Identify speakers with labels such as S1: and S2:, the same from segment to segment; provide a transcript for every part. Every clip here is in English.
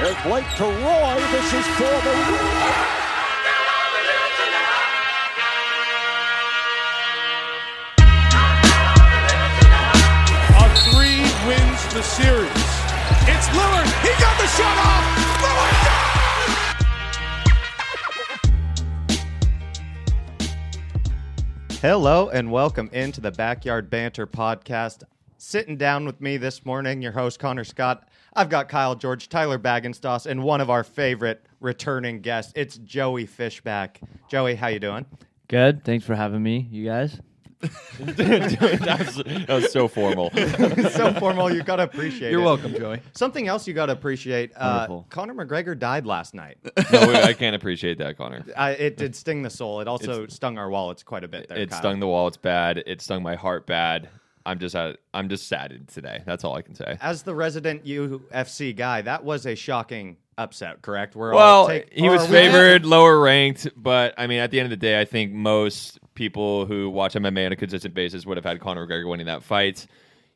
S1: There's Blake to Roy. This is for the.
S2: A three wins the series. It's Lillard. He got the shot off. Lillard got it.
S3: Hello and welcome into the Backyard Banter podcast. Sitting down with me this morning, your host Connor Scott. I've got Kyle George, Tyler Baggenstoss, and one of our favorite returning guests. It's Joey Fishback. Joey, how you doing?
S4: Good. Thanks for having me, you guys.
S5: that, was, that was so formal.
S3: so formal, you gotta appreciate it.
S4: Joey.
S3: Something else you gotta appreciate. Uh,
S4: Wonderful.
S3: Conor McGregor died last night.
S5: No, I can't appreciate that, Connor.
S3: I, it did sting the soul. It also stung our wallets quite a bit. There,
S5: It
S3: Kyle.
S5: stung the wall. It's bad. It stung my heart bad. I'm just uh, I'm just saddened today. That's all I can say.
S3: As the resident UFC guy, that was a shocking upset. Correct? We're all
S5: Well,
S3: take-
S5: he
S3: or
S5: was
S3: are we-
S5: favored, lower ranked, but I mean, at the end of the day, I think most people who watch MMA on a consistent basis would have had Conor McGregor winning that fight.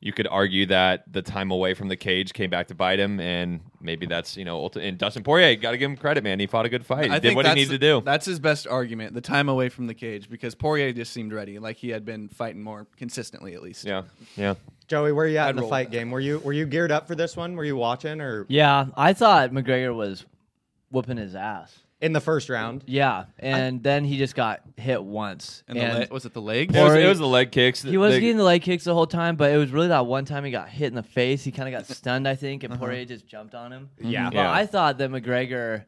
S5: You could argue that the time away from the cage came back to bite him, and maybe that's you know. Ulti- and Dustin Poirier, got to give him credit, man. He fought a good fight. He did what he
S6: that's-
S5: needed to do.
S6: That's his best argument. The time away from the cage because Poirier just seemed ready, like he had been fighting more consistently at least.
S5: yeah, yeah.
S3: Joey, where you at in the
S6: roll
S3: fight
S6: with
S3: game? Were you were you geared up for this one? Were you watching or
S4: Yeah, I thought McGregor was whooping his ass.
S3: in the first round?
S4: Yeah, and then he just got hit once.
S6: And, the le- was it the leg?
S5: It was,
S4: Poirier-
S5: it was the leg kicks.
S4: he was
S5: They-
S4: getting the leg kicks the whole time, but it was really that one time he got hit in the face. He kind of got stunned, I think, and Poirier just jumped on him.
S3: Yeah.
S4: But
S5: Yeah.
S4: I thought that McGregor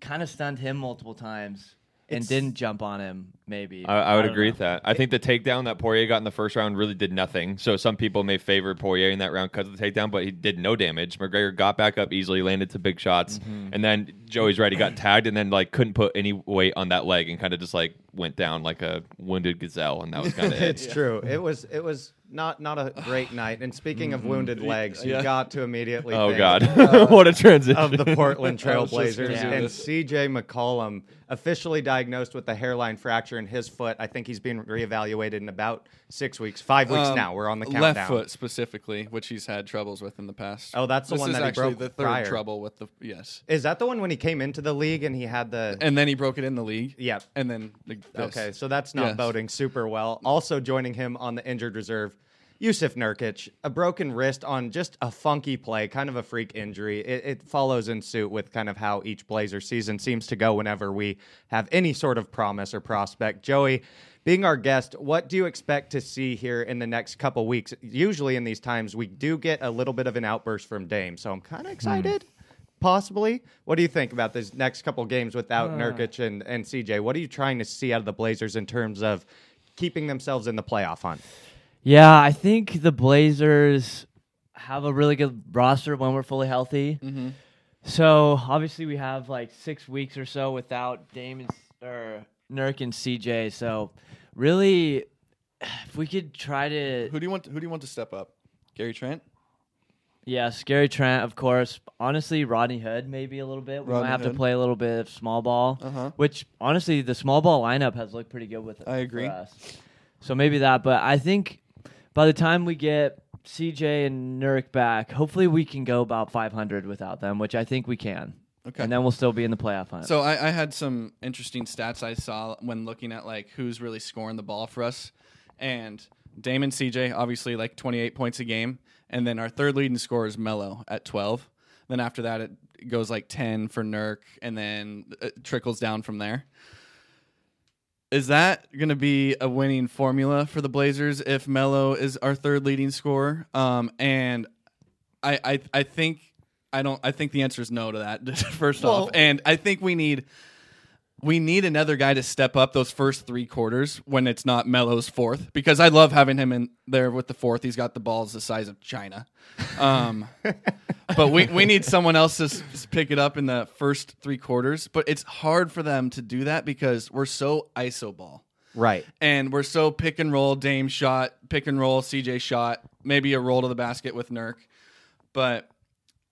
S4: kind of stunned him multiple times and didn't jump on him. Maybe
S5: I, I would
S4: don't
S5: agree
S4: know.
S5: with that. I think the takedown that Poirier got in the first round really did nothing. So some people may favor Poirier in that round because of the takedown, but he did no damage. McGregor got back up easily, landed some big shots,
S4: Mm-hmm.
S5: and then Joey's right. He got tagged and then like couldn't put any weight on that leg and kind of just like went down like a wounded gazelle, and that was kind of it.
S3: It's true. It was it was not not a great night. And speaking of
S6: Mm-hmm.
S3: wounded legs, you got to immediately
S5: Oh
S3: think
S5: God, what a transition!
S3: of the Portland
S6: I was just
S3: Trailblazers
S6: gonna
S4: do
S3: and
S6: this.
S3: CJ McCollum officially diagnosed with a hairline fracture in his foot. I think he's being reevaluated in about six weeks, five weeks
S6: Um,
S3: now. We're on the countdown.
S6: left foot specifically, which he's had troubles with in the past.
S3: Oh, that's the
S6: This
S3: one
S6: is
S3: that he
S6: actually
S3: broke
S6: the third
S3: prior.
S6: trouble with the yes,
S3: Is that the one when he came into the league and he had the
S6: and then he broke it in the league.
S3: Yep.
S6: and then like, this.
S3: Okay, so that's not
S6: Yes.
S3: boding super well. Also joining him on the injured reserve, Yusuf Nurkic, a broken wrist on just a funky play, kind of a freak injury. It, it follows in suit with kind of how each Blazer season seems to go whenever we have any sort of promise or prospect. Joey, being our guest, what do you expect to see here in the next couple weeks? Usually in these times, we do get a little bit of an outburst from Dame, so I'm kind of
S6: Hmm.
S3: excited. Possibly. What do you think about these next couple games without Nurkic and, and CJ? What are you trying to see out of the Blazers in terms of keeping themselves in the playoff hunt?
S4: Yeah, I think the Blazers have a really good roster when we're fully healthy. So obviously we have like six weeks or so without Damon or Nurk and CJ. So really, if we could try to,
S6: who do you want? Who do you want to step up? Gary Trent.
S4: yeah, Scary Trent, of course. Honestly, Rodney Hood maybe a little bit. We
S6: Rodney
S4: might have
S6: Hood. Uh-huh.
S4: to play a little bit of small ball, which honestly the small ball lineup has looked pretty good with.
S6: I agree.
S4: For us. So maybe that, but I think by the time we get CJ and Nurk back, hopefully we can go about 500 without them, which I think we can.
S6: Okay.
S4: and then we'll still be in the playoff hunt.
S6: So I, I had some interesting stats I saw when looking at like who's really scoring the ball for us, and Damon CJ obviously like 28 points a game, and then our third leading scorer is Mello at 12. Then after that it goes like 10 for Nurk, and then it trickles down from there. Is that going to be a winning formula for the Blazers if Mello is our third leading scorer? Um, and I, I I think I don't I think the answer is no to that first off. And I think we need we need another guy to step up those first three quarters when it's not Melo's fourth because I love having him in there with the fourth. He's got the balls the size of China. Um, but we, we need someone else to s- s- pick it up in the first three quarters. But it's hard for them to do that because we're so iso ball
S3: Right.
S6: and we're so pick and roll Dame shot, pick and roll CJ shot, maybe a roll to the basket with Nurk. But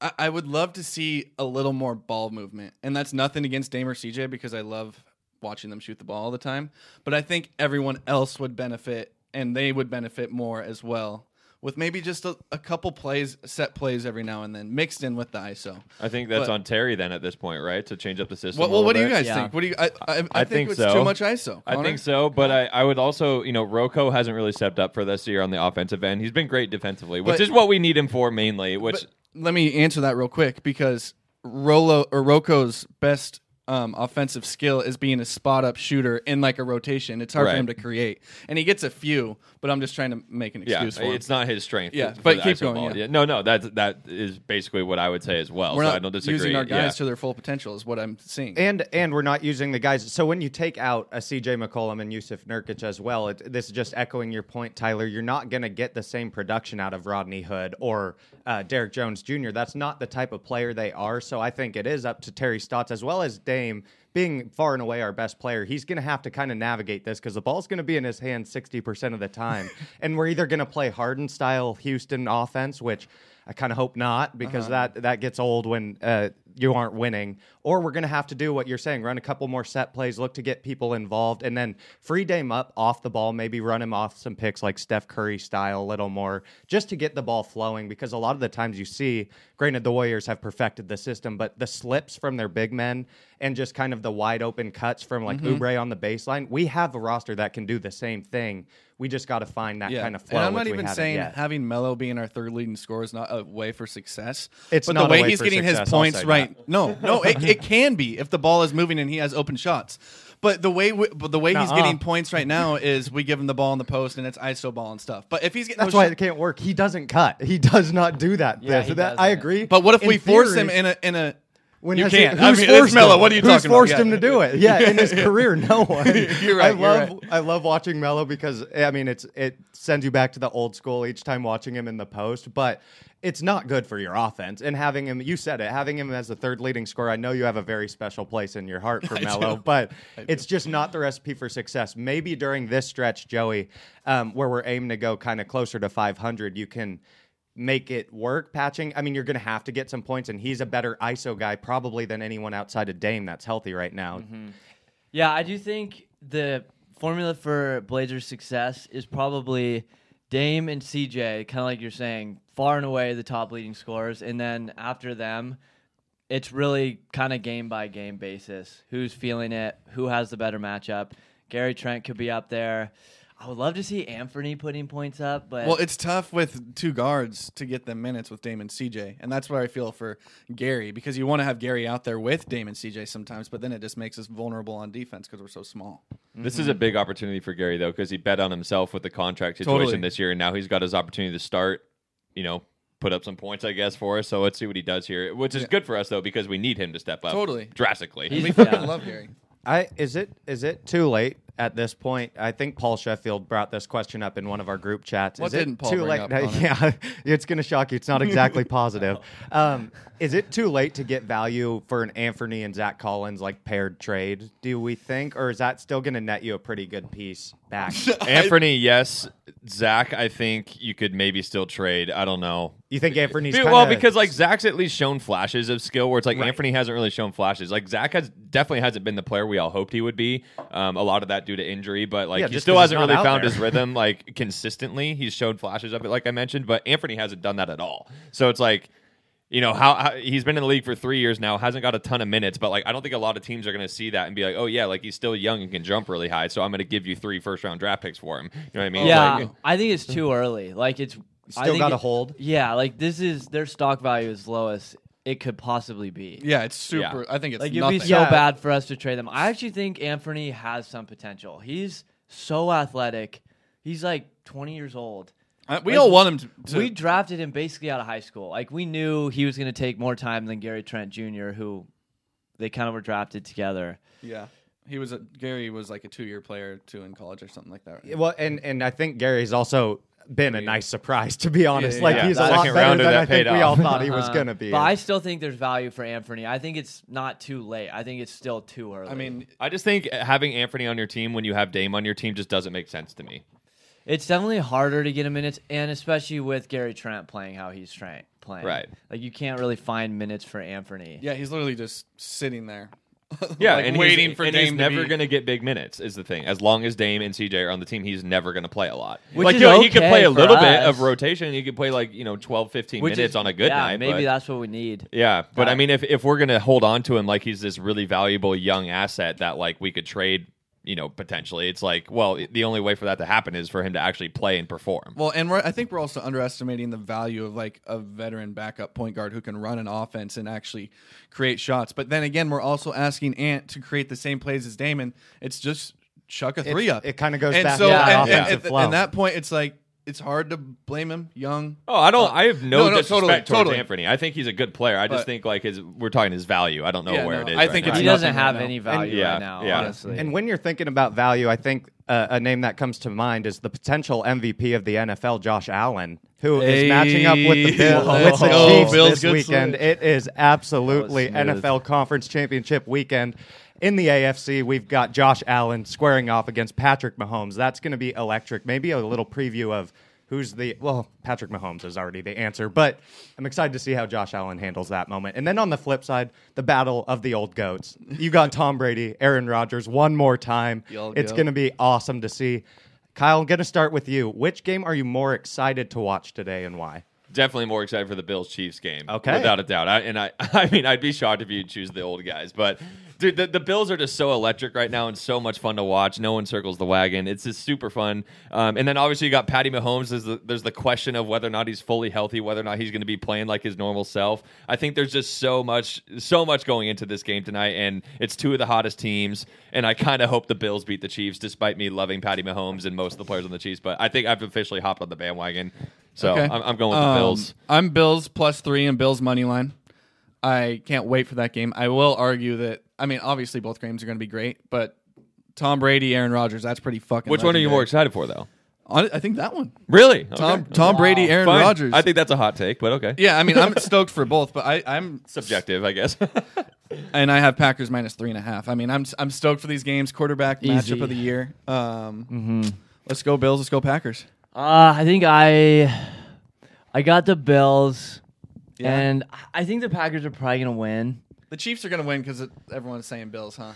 S6: I, I would love to see a little more ball movement. And that's nothing against Dame or CJ because I love watching them shoot the ball all the time. But I think everyone else would benefit and they would benefit more as well with maybe just a, a couple plays, set plays every now and then, mixed in with the ISO.
S5: I think that's
S6: But-
S5: on Terry then at this point, right? To change up the system.
S6: What,
S5: a
S6: well,
S5: little
S6: what do you
S5: bit.
S6: guys
S4: Yeah.
S6: think? What do you? I, I, I,
S5: I
S6: think,
S5: think
S6: it's
S5: so.
S6: too much ISO.
S5: I
S6: Connor?
S5: think so, but I, I would also, you know, Rocco hasn't really stepped up for this year on the offensive end. He's been great defensively, which
S6: But-
S5: is what we need him for mainly. Which
S6: But let me answer that real quick because Rolo or Rocco's best um, offensive skill is being a spot up shooter in like a rotation. It's hard for
S5: Right.
S6: him to create, and he gets a few. But I'm just trying to make an
S5: yeah,
S6: excuse for him.
S5: it's not his strength.
S6: Yeah,
S5: for
S6: but
S5: the
S6: keep
S5: ISO
S6: going,
S5: ball.
S6: yeah.
S5: no, no, that's that is basically what I would say as well.
S6: We're
S5: so
S6: not
S5: I don't disagree.
S6: using our guys
S5: yeah.
S6: to their full potential, is what I'm seeing.
S3: And and we're not using the guys. So when you take out a CJ McCollum and Yusuf Nurkic as well, it, this is just echoing your point, Tyler. You're not going to get the same production out of Rodney Hood or uh, Derek Jones Jr. That's not the type of player they are. So I think it is up to Terry Stotts as well as Dame being far and away our best player. He's going to have to kind of navigate this because the ball's going to be in his hand 60% of the time. and we're either going to play Harden style Houston offense, which I kind of hope not because
S6: Uh-huh.
S3: that that gets old when uh, you aren't winning. Or we're going to have to do what you're saying: run a couple more set plays, look to get people involved, and then free Dame up off the ball. Maybe run him off some picks like Steph Curry style, a little more, just to get the ball flowing. Because a lot of the times you see, granted the Warriors have perfected the system, but the slips from their big men and just kind of the wide open cuts from like
S6: Mm-hmm.
S3: Oubre on the baseline. We have a roster that can do the same thing. We just got to find that
S6: Yeah,
S3: kind of flow.
S6: and I'm not
S3: which we
S6: even
S3: haven't
S6: saying
S3: yet.
S6: having Melo being our third leading scorer is not a way for success.
S3: It's
S6: but
S3: not a
S6: the way
S3: way
S6: he's
S3: for
S6: getting his
S3: success, I'll
S6: points
S3: say
S6: right. No, no, it, it can be if the ball is moving and he has open shots. But the way we, but the way he's
S3: Nuh-uh.
S6: getting points right now is we give him the ball in the post and it's ISO ball and stuff. But if he's getting
S3: That's
S6: those
S3: why
S6: shot-
S3: it can't work. He doesn't cut. He does not do that.
S4: Yeah,
S3: This-
S4: he
S3: that- I
S4: doesn't.
S3: agree.
S6: but what if
S3: In
S6: we force
S3: theory,
S6: him in a in a
S3: When
S6: You
S3: has he-
S6: can't. I
S3: Who's
S6: mean, it's
S3: forced
S6: Melo.
S3: him?
S6: What are you
S3: Who's
S6: talking about?
S3: forced
S6: Yeah.
S3: him to do it? Yeah, in his career, no one.
S6: You're
S3: I
S6: right, you're
S3: love.
S6: right.
S3: I love watching Melo because I mean, it's it sends you back to the old school each time watching him in the post, but. It's not good for your offense, and having him. You said it. Having him as the third leading scorer, I know you have a very special place in your heart for Melo, but it's just not the recipe for success. Maybe during this stretch, Joey, um, where we're aiming to go kind of closer to 500, you can make it work patching. I mean, you're going to have to get some points, and he's a better ISO guy probably than anyone outside of Dame that's healthy right now.
S4: Yeah, I do think the formula for Blazers' success is probably Dame and CJ, kind of like you're saying, far and away the top leading scorers, and then after them, it's really kind of game by game basis. Who's feeling it? Who has the better matchup? Gary Trent could be up there. I would love to see Anthony putting points up, but
S6: Well, it's tough with two guards to get them minutes with Damon CJ, and that's where I feel for Gary because you want to have Gary out there with Damon CJ sometimes, but then it just makes us vulnerable on defense because we're so small.
S5: This
S6: Mm-hmm.
S5: is a big opportunity for Gary though, because he bet on himself with the contract situation
S6: Totally.
S5: this year, and now he's got his opportunity to start. You know, put up some points, I guess, for us. So let's see what he does here, which is good for us though, because we need him to step up
S6: Totally.
S5: drastically.
S4: He's-
S6: We
S4: Yeah.
S6: fucking love Gary.
S3: I is it is it too late at this point? I think Paul Sheffield brought this question up in one of our group chats.
S6: What
S3: is it
S6: didn't Paul
S3: too
S6: bring
S3: late?
S6: up, Connor?
S3: yeah, it's going to shock you. It's not exactly positive. um, is it too late to get value for an Anthony and Zach Collins like paired trade? Do we think, or is that still going to net you a pretty good piece back?
S5: Anthony, yes. Zach, I think you could maybe still trade. I don't know.
S3: you think Anthony's
S5: Be-
S3: kinda,
S5: well, because like Zach's at least shown flashes of skill, where it's like
S3: Right.
S5: Anthony hasn't really shown flashes. Like Zach has definitely hasn't been the player we all hoped he would be. Um, a lot of that due to injury, but like
S3: Yeah,
S5: he
S3: just
S5: still
S3: 'cause he's
S5: hasn't
S3: not
S5: really
S3: out
S5: found
S3: there.
S5: his rhythm like consistently. He's shown flashes of it, like I mentioned, but Anthony hasn't done that at all. So it's like. You know how, how he's been in the league for three years now, hasn't got a ton of minutes, but like I don't think a lot of teams are going to see that and be like, oh yeah, like he's still young and can jump really high, so I'm going to give you three first round draft picks for him. You know what I mean?
S4: yeah,
S5: Like,
S4: I think it's too early. Like it's
S3: Still
S4: I think
S3: gotta
S4: it-
S3: hold?
S4: Yeah, like this is their stock value is lowest it could possibly be.
S6: Yeah, it's super. I think it's
S4: Like it'd
S6: nothing.
S4: be so
S3: Yeah.
S4: bad for us to trade them. I actually think Anthony has some potential. He's so athletic. He's like 20 years old.
S6: I- Uh, we
S4: Like,
S6: all want him to. to
S4: we drafted him basically out of high school. Like we knew he was going to take more time than Gary Trent Jr., who they kind of were drafted together.
S6: yeah, he was a, Gary was like a two year player too in college or something like that. right?
S3: Well, and and I think Gary's also been a nice surprise to be honest.
S6: yeah,
S3: like
S5: yeah.
S3: he's a
S5: Second
S3: lot better
S5: rounder
S3: than
S5: that
S3: I think
S5: paid
S3: we all
S5: off.
S3: thought he was
S6: Uh-huh.
S4: Uh,
S3: gonna be.
S4: But I still think there's value for Anthony. I think it's not too late. I think it's still too early.
S6: I mean,
S5: I just think having Anthony on your team when you have Dame on your team just doesn't make sense to me.
S4: It's definitely harder to get him minutes, and especially with Gary Trent playing how he's tra- playing.
S5: Right.
S4: Like you can't really find minutes for Anthony.
S6: yeah, he's literally just sitting there.
S5: Yeah,
S6: Like
S5: and
S6: waiting
S5: he's,
S6: for
S5: and
S6: Dame
S5: he's
S6: to
S5: never
S6: be-
S5: going to get big minutes is the thing. As long as Dame and CJ are on the team, he's never going to play a lot.
S4: Which
S5: like
S4: is
S5: you know, he could
S4: okay
S5: play a
S4: for
S5: little bit
S4: us.
S5: of rotation. He could play like you know 12, 15
S4: Which
S5: minutes
S4: is-
S5: on a good
S4: yeah,
S5: night.
S4: Maybe
S5: but-
S4: that's what we need.
S5: Yeah, but
S4: Got
S5: I
S4: it.
S5: mean, if if we're gonna hold on to him like he's this really valuable young asset that like we could trade, you know, potentially, it's like, well, the only way for that to happen is for him to actually play and perform.
S6: Well, and we're, I think we're also underestimating the value of like a veteran backup point guard who can run an offense and actually create shots. But then again, we're also asking Ant to create the same plays as Damon. It's just chuck a three up.
S3: it kinda goes
S6: and
S3: back
S6: so,
S3: to that
S6: and, and-
S3: offensive
S6: and at the-
S3: flow.
S6: and that point, it's like it's hard to blame him. Young.
S5: Oh, I don't. I have no,
S6: Uh, no, no,
S5: disrespect
S6: totally,
S5: towards
S6: totally.
S5: Anthony. I think he's a good player. I just
S6: But-
S5: think like his. We're talking his value. I don't know
S6: Yeah,
S5: where
S6: no,
S5: it is.
S6: I
S5: right
S6: think
S5: now.
S6: it's
S4: He
S6: nothing
S4: doesn't
S6: right
S4: have
S6: now.
S4: any value
S5: yeah,
S4: right now,
S5: yeah.
S4: honestly.
S3: And when you're thinking about value, I think uh, a name that comes to mind is the potential MVP of the NFL, Josh Allen, who is
S6: Hey,
S3: matching up with the, Bill, uh,
S6: let's
S3: with the
S6: go.
S3: Chiefs
S6: Bills,
S3: this
S6: good
S3: weekend.
S6: switch.
S3: It is absolutely
S4: That was smooth.
S3: NFL Conference Championship weekend. In the AFC, we've got Josh Allen squaring off against Patrick Mahomes. That's going to be electric. Maybe a little preview of who's the well, Patrick Mahomes is already the answer, but I'm excited to see how Josh Allen handles that moment. And then on the flip side, the battle of the old goats. You got Tom Brady, Aaron Rodgers one more time.
S6: The old
S3: It's
S6: goat.
S3: going to be awesome to see. Kyle, I'm going to start with you. Which game are you more excited to watch today and why?
S5: definitely more excited for the Bills Chiefs game.
S3: Okay.
S5: Without a doubt. I, and I I mean I'd be shocked if you choose the old guys, but dude, the, the Bills are just so electric right now and so much fun to watch. No one circles the wagon. It's just super fun. Um, and then obviously you got Patty Mahomes. There's the, there's the question of whether or not he's fully healthy, whether or not he's going to be playing like his normal self. I think there's just so much so much going into this game tonight and it's two of the hottest teams and I kind of hope the Bills beat the Chiefs despite me loving Patty Mahomes and most of the players on the Chiefs, but I think I've officially hopped on the bandwagon. So
S6: Okay.
S5: I'm, I'm going with the
S6: Um,
S5: Bills.
S6: I'm Bills plus three and Bills money line. I can't wait for that game. I will argue that. I mean, obviously both games are going to be great, but Tom Brady, Aaron Rodgers, that's pretty fucking.
S5: Which one are you more
S6: legendary.
S5: excited for, though?
S6: Hon- I think that one.
S5: Really,
S6: Tom Tom Brady, Aaron Rodgers.
S5: I think that's a hot take, but okay.
S6: Yeah, I mean, I'm stoked for both, but I, I'm
S5: subjective, I guess.
S6: and I have Packers minus three and a half. I mean, I'm I'm stoked for these games. Quarterback
S4: Easy.
S6: matchup of the year. Um, Let's go Bills. Let's go Packers.
S4: Uh, I think I I got the Bills, and I think the Packers are probably gonna win.
S6: The Chiefs are going to win because everyone's saying Bills, huh?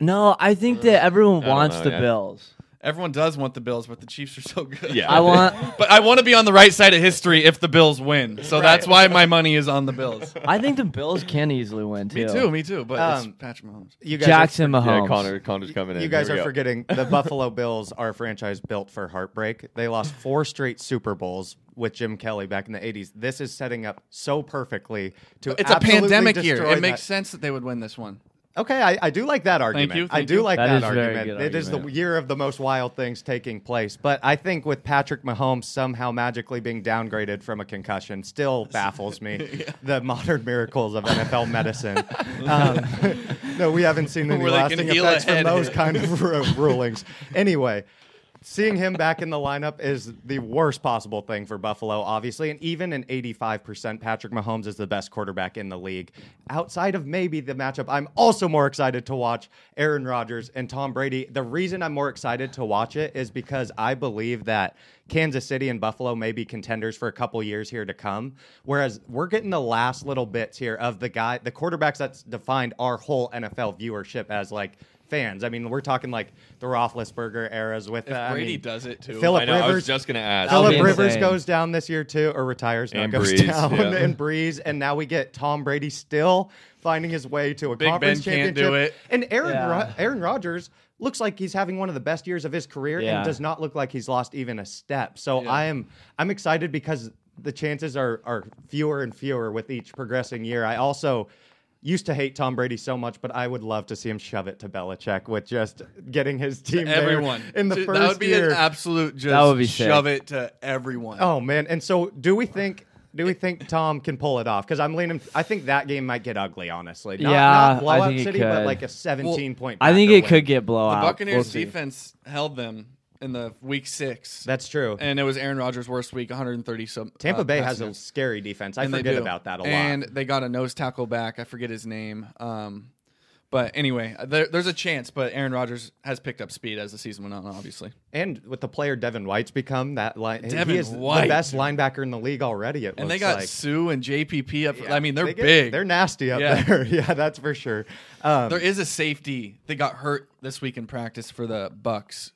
S4: No, I think that everyone wants
S5: know,
S4: the
S5: yeah.
S4: Bills.
S6: Everyone does want the Bills, but the Chiefs are so good.
S5: yeah,
S4: I want.
S6: But I want to be on the right side of history if the Bills win. So that's why my money is on the Bills.
S4: I think the Bills can easily win too.
S6: me too, me too. But
S3: Um,
S6: it's Patrick Mahomes.
S3: You guys are-
S4: Jackson Mahomes.
S5: Yeah, Connor, Connor's coming in.
S3: You guys are
S5: Here we go.
S3: forgetting the Buffalo Bills are a franchise built for heartbreak. They lost four straight Super Bowls with Jim Kelly back in the 80s. This is setting up so perfectly to
S6: It's a
S3: absolutely
S6: pandemic year.
S3: destroy
S6: It makes
S3: that-
S6: sense that they would win this one.
S3: Okay, I, I do like that argument.
S6: you,
S3: I
S6: thank
S3: do
S6: you.
S3: like
S4: That
S3: that,
S4: is a very
S3: argument.
S4: good
S3: It is the
S4: argument.
S3: year of the most wild things taking place. But I think with Patrick Mahomes somehow magically being downgraded from a concussion still baffles me. The modern miracles of NFL medicine. Um, no, we haven't seen any
S6: Where they can
S3: lasting
S6: heal
S3: effects from
S6: ahead.
S3: those kind of ru- rulings. Anyway. Seeing him back in the lineup is the worst possible thing for Buffalo, obviously. And even an 85%, Patrick Mahomes is the best quarterback in the league. Outside of maybe the matchup, I'm also more excited to watch Aaron Rodgers and Tom Brady. The reason I'm more excited to watch it is because I believe that Kansas City and Buffalo may be contenders for a couple years here to come. Whereas we're getting the last little bits here of the guy, the quarterbacks that's defined our whole NFL viewership as like, fans. I mean, we're talking like the Roethlisberger eras with uh, I
S6: Brady
S3: mean,
S6: does it too.
S5: I
S3: Philip
S5: know. I was
S3: Rivers.
S5: just gonna ask.
S4: That'll be
S3: Philip Rivers
S4: insane.
S3: goes down this year too, or retires. No,
S5: And
S3: goes
S5: Breeze,
S3: down
S5: yeah.
S3: and Breeze, and now we get Tom Brady still finding his way to a
S6: Big
S3: conference
S6: Ben can't
S3: championship.
S6: do it.
S3: And Aaron
S4: Yeah.
S3: Ro- Aaron Rodgers looks like he's having one of the best years of his career,
S4: Yeah.
S3: and does not look like he's lost even a step. So I am I'm excited because the chances are are fewer and fewer with each progressing year. I also. Used to hate Tom Brady so much, but I would love to see him shove it to Belichick with just getting his team there
S6: Everyone
S3: in the
S6: Dude,
S3: first
S6: that would be
S3: year.
S6: an absolute just
S4: That would be sick.
S6: shove it to everyone.
S3: Oh man! And so, do we think? Do we think Tom can pull it off? Because I'm leaning. I think that game might get ugly. Honestly, not,
S4: Yeah,
S3: not
S4: I
S3: blowout
S4: think it
S3: city,
S4: could.
S3: but like a 17 point.
S4: I think
S3: Packer
S4: it could
S3: win.
S4: get blowout.
S6: the
S4: We'll
S6: Buccaneers
S4: see.
S6: defense held them in the week six.
S3: That's true.
S6: and it was Aaron Rodgers' worst week, 130 some.
S3: Tampa
S6: uh,
S3: Bay has
S6: passing
S3: a
S6: yards.
S3: scary defense. I
S6: And they
S3: forget
S6: do.
S3: about that a lot.
S6: And they got a nose tackle back. I forget his name. Um, But anyway, there, there's a chance. But Aaron Rodgers has picked up speed as the season went on. Obviously,
S3: And with the player Devin White's become, that line
S6: Devin
S3: he is
S6: White.
S3: the best linebacker in the league already. It
S6: and
S3: looks
S6: they got
S3: like.
S6: Sue and JPP up. I mean, they're
S3: They get-
S6: big.
S3: They're nasty up
S6: Yeah.
S3: there. yeah, that's for sure. Um,
S6: There is a safety that got hurt this week in practice for the Bucks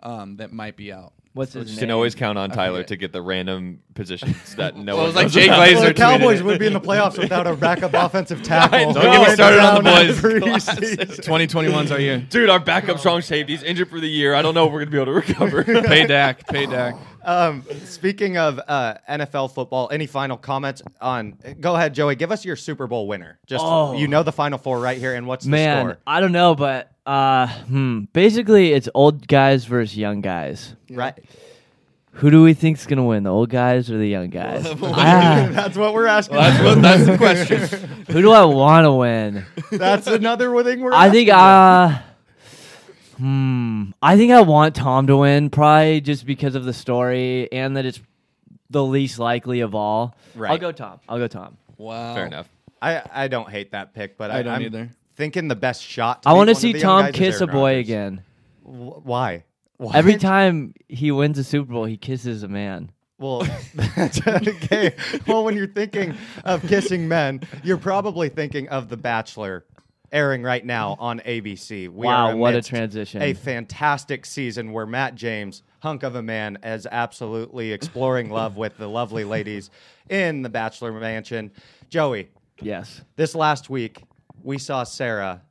S6: um, that might be out.
S4: What's
S6: So
S4: his
S6: just-
S5: You
S4: name?
S5: can always count on Tyler
S6: forget.
S5: to get the random positions that no
S6: Well, it
S5: one
S6: was like
S5: knows
S6: Jay
S5: about.
S6: Glazer
S3: well, the
S6: tweeted
S3: Cowboys
S6: it.
S3: would be in the playoffs without a backup offensive tackle.
S5: Don't get me
S3: Going
S5: started on the
S3: down
S5: boys'
S3: every
S5: classes.
S3: season.
S6: 2021's our year.
S5: Dude, our backup strong safety is injured for the year. I don't know if we're gonna be able to recover.
S6: Pay Dak. Pay Dak.
S3: Um, speaking of uh, NFL football, any final comments on? Go ahead, Joey. Give us your Super Bowl winner. Just
S4: Oh.
S3: you know the Final Four right here, and what's the
S4: Man,
S3: score?
S4: I don't know, but uh, hmm. basically it's old guys versus young guys.
S3: Right,
S4: Who do we think's gonna win, the old guys or the young guys? Ah,
S3: that's what we're asking.
S6: That's, what, that's the question.
S4: who do I want to win?
S3: that's another thing we're.
S4: I think
S3: asking.
S4: uh hmm I think I want Tom to win probably just because of the story and that it's the least likely of all. I'll
S3: Right.
S4: go Tom. I'll go Tom.
S6: Wow.
S5: Fair enough.
S3: I, I don't hate that pick, but I,
S6: I don't
S3: am
S6: either.
S3: Thinking the best shot.
S4: I want
S3: want
S4: to see Tom kiss a boy again.
S3: Why? Why?
S4: Every time he wins a Super Bowl, he kisses a man.
S3: Well, that's okay. Well, when you're thinking of kissing men, you're probably thinking of The Bachelor airing right now on ABC. We
S4: Wow,
S3: are
S4: what a
S3: amidst
S4: transition.
S3: A fantastic season where Matt James, hunk of a man, is absolutely exploring love with the lovely ladies in The Bachelor Mansion. Joey,
S4: Yes.
S3: this last week we saw Sarah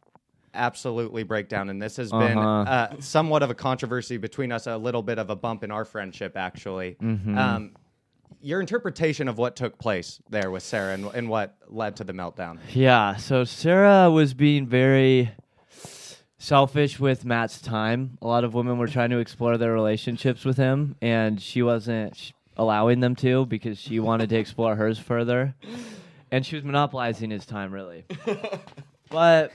S3: absolutely break down and this has been
S4: Uh-huh.
S3: uh, somewhat of a controversy between us a little bit of a bump in our friendship actually um, your interpretation of what took place there with sarah and, and what led to the meltdown
S4: Yeah, so Sarah was being very selfish with Matt's time. A lot of women were trying to explore their relationships with him, and she wasn't sh- allowing them to because she wanted to explore hers further. And she was monopolizing his time, really. but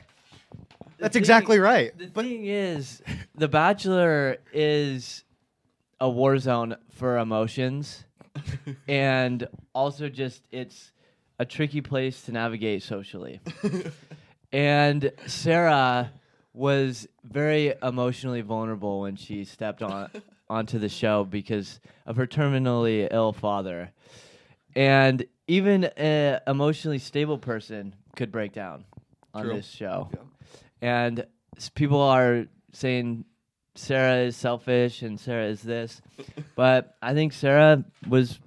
S3: that's exactly right
S4: the thing is, The Bachelor is a war zone for emotions, and also just it's a tricky place to navigate socially. and Sarah was very emotionally vulnerable when she stepped on onto the show because of her terminally ill father, and even an emotionally stable person could break down on this show and s- people are saying Sarah is selfish and Sarah is this, but I think Sarah was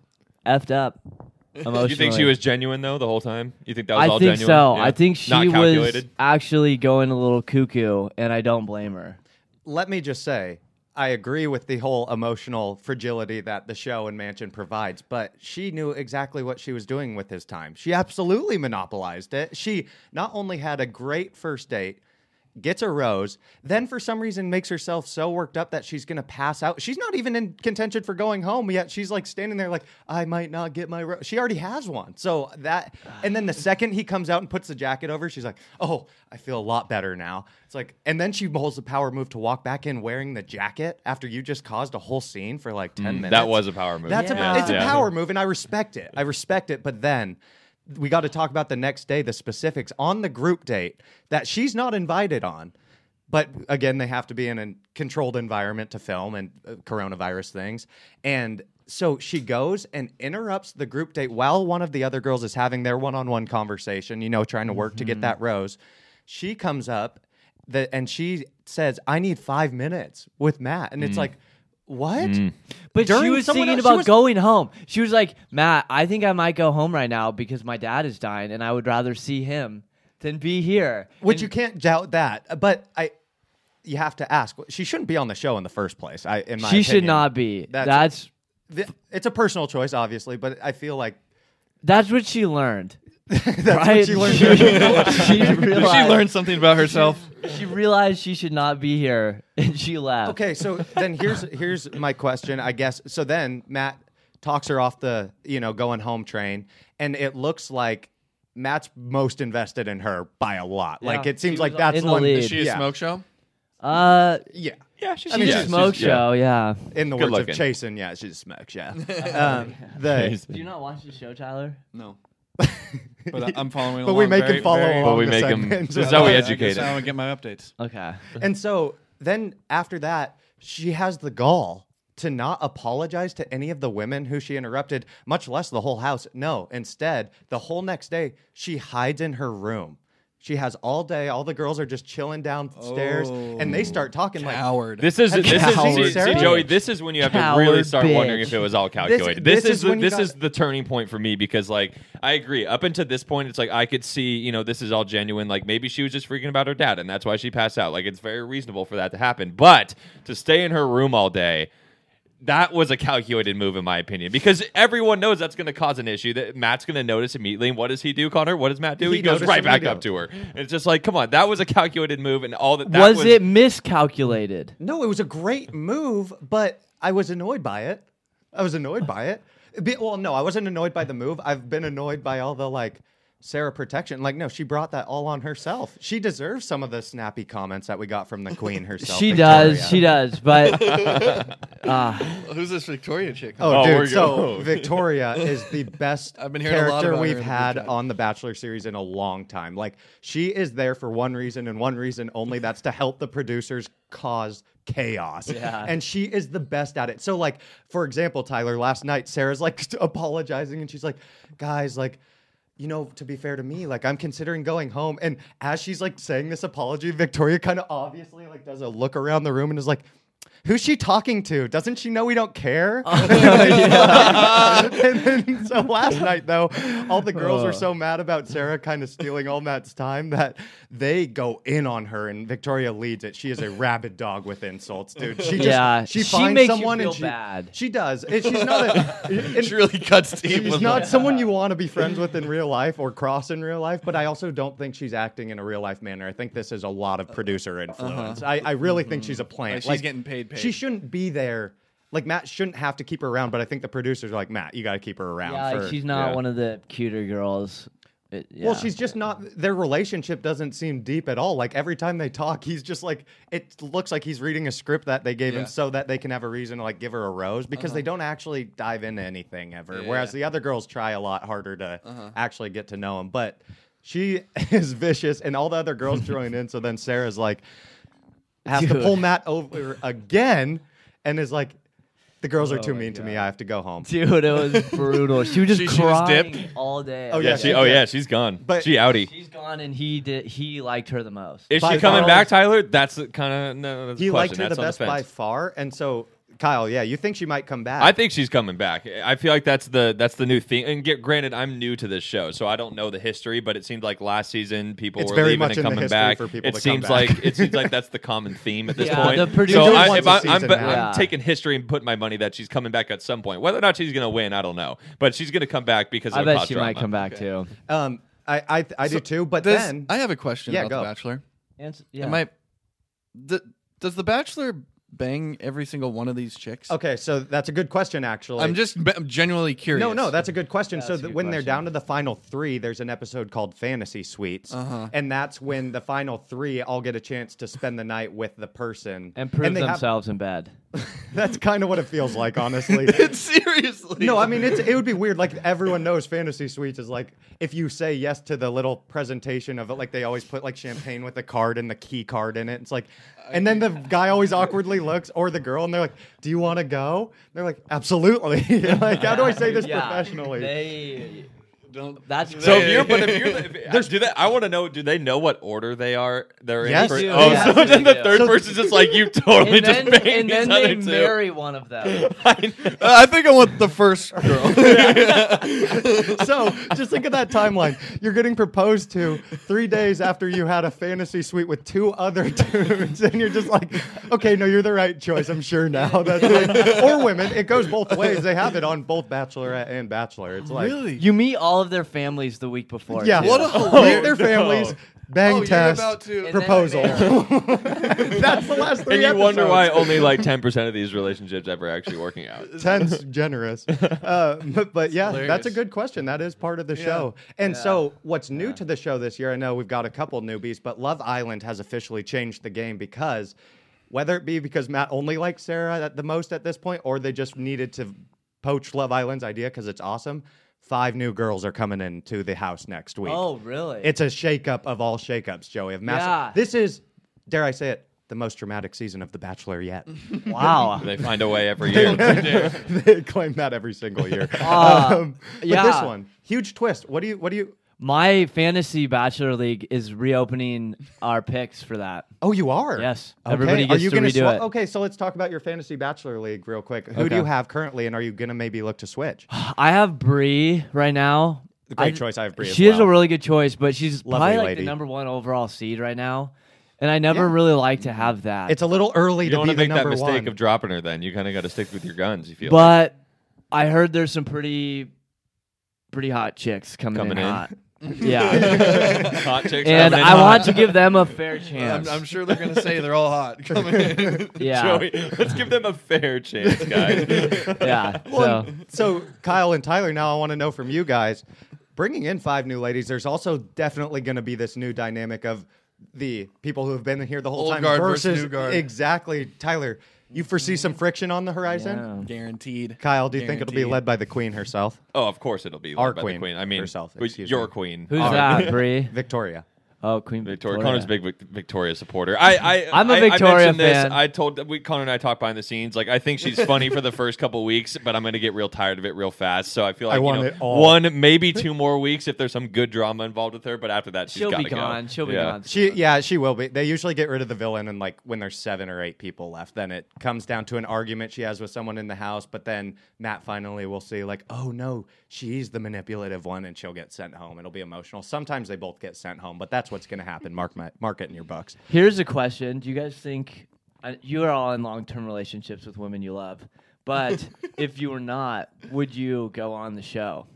S4: effed up emotionally.
S5: You think she was genuine though the whole time? You think that was
S4: I
S5: all
S4: think
S5: genuine?
S4: so.
S5: Yeah.
S4: I think she
S5: Not
S4: was
S5: calculated.
S4: actually going a little cuckoo, and I don't blame her.
S3: let me just say I agree with the whole emotional fragility that the show and mansion provides, but she knew exactly what she was doing with his time. She absolutely monopolized it. She not only had a great first date, gets a rose, then for some reason makes herself so worked up that she's going to pass out. She's not even in contention for going home yet. She's like standing there like I might not get my rose. She already has one. So that and then the second he comes out and puts the jacket over, she's like, "Oh, I feel a lot better now." It's like, and then she holds the power move to walk back in wearing the jacket after you just caused a whole scene for like ten minutes.
S5: Mm, That was a power move.
S3: That's
S5: Yeah.
S3: a, it's
S5: Yeah.
S3: a power move, and I respect it. I respect it, but then we got to talk about the next day, the specifics on the group date that she's not invited on. But again, they have to be in a controlled environment to film and uh, coronavirus things. And so she goes and interrupts the group date while one of the other girls is having their one on one conversation, you know, trying to work to get that rose. She comes up the, and she says, I need five minutes with Matt. And it's like, what?
S4: But she
S3: During
S4: was
S3: someone
S4: thinking
S3: else- she
S4: about
S3: was-
S4: going home. She was like, Matt, I think I might go home right now because my dad is dying, and I would rather see him than be here.
S3: Which you can't doubt that, Uh, but I, you have to ask. She shouldn't be on the show in the first place. I, in my
S4: She should
S3: opinion.
S4: not be.
S3: That's-
S4: that's
S3: Th- It's a personal choice, obviously, but I feel like
S4: That's what she learned. that's
S3: what she learned.
S4: She, she realized,
S6: She learned something about herself.
S4: she realized she should not be here, and she left.
S3: okay. So then here's here's my question, I guess. So then Matt talks her off the you know going home train, and it looks like Matt's most invested in her by a lot. like
S4: Yeah,
S3: it seems
S4: she
S3: like
S4: was
S3: that's
S4: in the
S3: one.
S4: lead.
S6: Is she a
S3: yeah,
S6: smoke show?
S4: Uh,
S3: Yeah,
S5: Yeah, she's
S3: I mean,
S5: yeah,
S3: she's-
S4: smoke
S5: yeah.
S4: show. Yeah.
S3: in the
S5: Good
S3: words
S5: looking.
S3: of Chasen, yeah, she's a smoke. Yeah, um, the
S4: Do you not watch the show, Tyler?
S6: No. But I- I'm following
S3: But
S6: along.
S3: we make him
S6: very-
S3: follow
S6: very-
S3: along.
S5: But we
S3: the
S5: make 'em-
S3: segments.
S5: this is how we
S6: I
S5: educate
S6: guess
S5: him.
S6: I would get my updates.
S4: Okay.
S3: And so then after that, she has the gall to not apologize to any of the women who she interrupted, much less the whole house. No, instead, the whole next day, she hides in her room. She has all day. All the girls are just chilling downstairs, and they start talking like,
S6: Coward.
S5: This is this
S3: Coward
S5: is see, see,
S3: bitch.
S5: Joey. This is when you have to
S4: Coward
S5: really start
S4: bitch.
S5: wondering if it was all calculated. This,
S3: this
S5: is
S3: is when you
S5: this
S3: got-
S5: is the turning point for me because like I agree. Up until this point, it's like I could see you know this is all genuine. Like maybe she was just freaking about her dad and that's why she passed out. Like it's very reasonable for that to happen. But to stay in her room all day. That was a calculated move, in my opinion, because everyone knows that's going to cause an issue. That Matt's going to notice immediately. And what does he do, Connor? What does Matt do? He,
S3: He
S5: goes
S3: notices
S5: right back
S3: immediately.
S5: up to her. And it's just like, come on, that was a calculated move, and all that. that
S4: was,
S5: was,
S4: it miscalculated?
S3: "No, it was a great move, but I was annoyed by it. I was annoyed by it. Be- well, no, I wasn't annoyed by the move. I've been annoyed by all the like." Sarah protection. Like, no, she brought that all on herself. She deserves some of the snappy comments that we got from the queen herself.
S4: She
S3: Victoria.
S4: does. She does. But ah,
S6: Who's this Victoria chick?
S3: Oh,
S5: Oh, we're
S3: dude. So
S5: go-
S3: Victoria is the best
S6: I've been hearing a lot
S3: character
S6: about her
S3: we've
S6: in the
S3: had
S6: group chat.
S3: on the Bachelor series in a long time. Like, she is there for one reason and one reason only. That's to help the producers cause chaos.
S4: Yeah.
S3: And she is the best at it. So, like, for example, Tyler, last night, Sarah's like apologizing and she's like, guys, like, you know, to be fair to me, like I'm considering going home. And as she's like saying this apology, Victoria kind of obviously like does a look around the room and is like, Who's she talking to? Doesn't she know we don't care? and then, so last night, though, all the girls were so mad about Sarah kind of stealing all Matt's time that they go in on her, and Victoria leads it. She is a rabid dog with insults, dude. She just
S4: Yeah,
S3: she
S4: she
S3: finds
S4: makes you
S3: someone
S4: feel
S3: and she
S4: bad.
S3: she does. And she's not a, and-
S6: She really cuts deep.
S3: She's
S6: with
S3: not
S6: them.
S3: someone you want to be friends with in real life or cross in real life, but I also don't think she's acting in a real life manner. I think this is a lot of producer influence. I, I really think she's a plant.
S6: Uh-huh. Mm-hmm. Like, she's getting paid, paid.
S3: She shouldn't be there. Like Matt shouldn't have to keep her around, but I think the producers are like, Matt, you got to keep her around.
S4: yeah,
S3: for,
S4: like, she's not
S5: yeah.
S4: one of the cuter girls. It-
S3: well,
S4: yeah.
S3: she's just not. Their relationship doesn't seem deep at all. Like every time they talk, he's just like it looks like he's reading a script that they gave
S6: Yeah.
S3: him so that they can have a reason to like give her a rose because they don't actually dive into anything ever.
S6: Yeah.
S3: Whereas the other girls try a lot harder to actually get to know him. But she is vicious, and all the other girls join in. So then Sarah's like has to
S4: Dude.
S3: pull Matt over again, and is like, "The girls are too mean to me. I have to go home."
S4: dude. It was brutal. She was just
S6: She- she just
S4: crying
S6: dipped?
S4: all day.
S3: Oh,
S5: Yeah,
S3: Yeah,
S5: she.
S3: she
S5: Oh
S3: did.
S5: yeah, she's gone.
S3: But-
S5: she outie.
S4: she's gone, and he did. He liked her the most.
S5: Is
S3: By
S5: she coming
S3: far.
S5: back, Tyler? That's kind of no. That's a
S3: he liked
S5: question.
S3: her the
S5: That's on
S3: best
S5: fence.
S3: by far, and so Kyle, yeah, you think she might come back?
S5: I think she's coming back. I feel like that's the that's the new thing. And get granted, I'm new to this show, so I don't know the history. But it seemed like last season people
S3: It's
S5: were
S3: very
S5: leaving
S3: much
S5: and
S3: in the
S5: coming
S3: history
S5: back.
S3: for people
S5: it
S3: to come
S5: seems
S3: back.
S5: like it seems like that's the common theme at this
S4: Yeah,
S5: point.
S4: the producers-
S5: so
S4: They do
S5: I,
S4: it
S5: if I,
S3: once a
S5: I'm,
S3: season
S5: but
S3: now.
S5: I'm taking history and putting my money that she's coming back at some point. Whether or not she's going to win, I don't know. But she's going to come back because
S4: I
S5: it'll
S4: bet
S5: cause
S4: she
S5: drama.
S4: might come back too.
S3: Um, I I, I do too. But
S6: Does-
S3: then
S6: I have a question
S3: Yeah,
S6: about
S3: go.
S6: The Bachelor.
S4: And, yeah.
S6: Am I? Th- does The Bachelor bang every single one of these chicks?
S3: okay, so that's a good question actually.
S6: I'm just be- I'm genuinely curious.
S3: no, no, that's a good question. so
S4: that's a
S3: that
S4: good
S3: when they're
S4: question.
S3: down to the final three, there's an episode called Fantasy Suites,
S4: Uh-huh.
S3: and that's when the final three all get a chance to spend the night with the person
S4: and prove
S3: they have-
S4: themselves in bed.
S3: that's kind of what it feels like, honestly.
S6: seriously.
S3: No, I mean it's it would be weird. Like everyone knows, fantasy suites is like if you say yes to the little presentation of it, like they always put like champagne with the card and the key card in it. It's like, and then the guy always awkwardly looks or the girl, and they're like, "Do you want to go?" And they're like, "Absolutely." like, how do I say this professionally?
S4: They,
S6: Don't.
S4: that's
S5: So if
S4: crazy.
S5: you're, but if you're, if, there's, do they, I want to know. Do they know what order they are? They're
S3: Yes.
S5: in.
S3: They do,
S5: oh,
S3: yeah.
S5: so then
S4: They
S5: the
S4: do.
S5: third
S3: So-
S5: person's just like you totally
S4: and then,
S5: just
S4: and
S5: banged
S4: then
S5: these
S4: they
S5: other two.
S4: marry one of them.
S6: I think I want the first girl.
S3: so just think of that timeline. You're getting proposed to three days after you had a fantasy suite with two other dudes, and you're just like, okay, no, you're the right choice. I'm sure now. That's it. Or women. It goes both ways. They have it on both Bachelorette and Bachelor. It's like,
S4: You meet all of their families the week before.
S3: yeah,
S4: too.
S6: What a
S3: meet their
S6: hilarious-
S3: families, bang
S6: Oh, you're
S3: test,
S6: about to-
S4: And then
S3: proposal.
S4: they're-
S3: That's the last three.
S5: and you wonder
S3: episodes.
S5: why only like ten percent of these relationships ever actually working out.
S3: Ten's generous. Uh, but, but yeah, that's a
S6: hilarious.
S3: good question. That is part of the show. And so, what's new to the show this year? I know we've got a couple newbies, but Love Island has officially changed the game because whether it be because Matt only likes Sarah at the most at this point, or they just needed to poach Love Island's idea because it's awesome. five new girls are coming into the house next week.
S4: Oh, really?
S3: It's a shakeup of all shakeups, Joey. Of massive.
S4: Yeah.
S3: This is, dare I say it, the most dramatic season of The Bachelor yet.
S4: Mm-hmm. wow.
S5: They find a way every year. They do.
S3: they claim that every single year. um, but this
S4: Ah, yeah.
S3: one, huge twist. What do you? What do you?
S4: My fantasy bachelor league is reopening our picks for that.
S3: Oh, you are.
S4: Yes.
S3: Okay.
S4: Everybody
S3: are
S4: gets
S3: you
S4: to
S3: gonna
S4: redo
S3: swa-
S4: it.
S3: Okay, so let's talk about your fantasy bachelor league real quick. Who do
S4: Okay.
S3: you have currently, and are you gonna maybe look to switch?
S4: I have Bree right now.
S3: Great choice. I have Bree as
S4: She is
S3: well.
S4: a really good choice, but she's
S3: Lovely
S4: probably like
S3: lady.
S4: the number one overall seed right now. And I never really like to have that.
S3: It's a little early
S5: You
S3: to
S5: don't want
S3: be
S5: to make
S3: the
S5: that
S3: number
S5: mistake
S3: one.
S5: of dropping her. Then you kind of got to stick with your guns. You feel.
S4: but I heard there's some pretty, pretty hot chicks coming, in,
S5: Coming in.
S4: hot. yeah,
S5: like. hot chicks.
S4: and
S5: coming in
S4: I
S5: hot.
S4: want to give them a fair chance.
S6: I'm, I'm sure they're gonna say they're all hot coming in.
S4: yeah,
S5: Joey, let's give them a fair chance, guys.
S4: yeah.
S3: Well,
S4: So um,
S3: so Kyle and Tyler, now I want to know from you guys, bringing in five new ladies. There's also definitely going to be this new dynamic of the people who have been here the whole
S6: Old
S3: time
S6: guard versus
S3: versus,
S6: new guard.
S3: exactly Tyler. You foresee some friction on the horizon.
S4: yeah.
S6: Guaranteed.
S3: Kyle, do you think it'll be
S6: Guaranteed.
S3: led by the queen herself,
S5: oh, of course it'll be led
S3: Our
S5: by
S3: queen,
S5: The queen. I mean,
S3: herself,
S5: but
S3: excuse me.
S5: your queen.
S4: who's
S5: Our-
S4: that, Bree?
S3: Victoria?
S4: Oh, Queen
S5: Victoria.
S4: Victoria.
S5: Connor's a big Vic- Victoria supporter. I, I
S4: I'm a
S5: I- I
S4: Victoria
S5: mentioned this.
S4: fan.
S5: I told we Connor and I talked behind the scenes. Like I think she's funny for the first couple weeks, but I'm going to get real tired of it real fast. So I feel like
S3: I
S5: you
S3: want
S5: know,
S3: it all.
S5: one, maybe two more weeks if there's some good drama involved with her. But after that, she's
S4: She'll
S5: gotta
S4: be gone.
S5: Go.
S4: She'll be
S5: Yeah.
S4: gone.
S3: She, yeah, she will be. They usually get rid of the villain, and like when there's seven or eight people left, then it comes down to an argument she has with someone in the house. But then Matt finally will see, like, oh no, she's the manipulative one, and she'll get sent home. It'll be emotional. Sometimes they both get sent home, but that's what's going to happen. Mark my, mark it in your books.
S4: Here's a question: Do you guys think uh, you are all in long-term relationships with women you love? But if you were not, would you go on the show?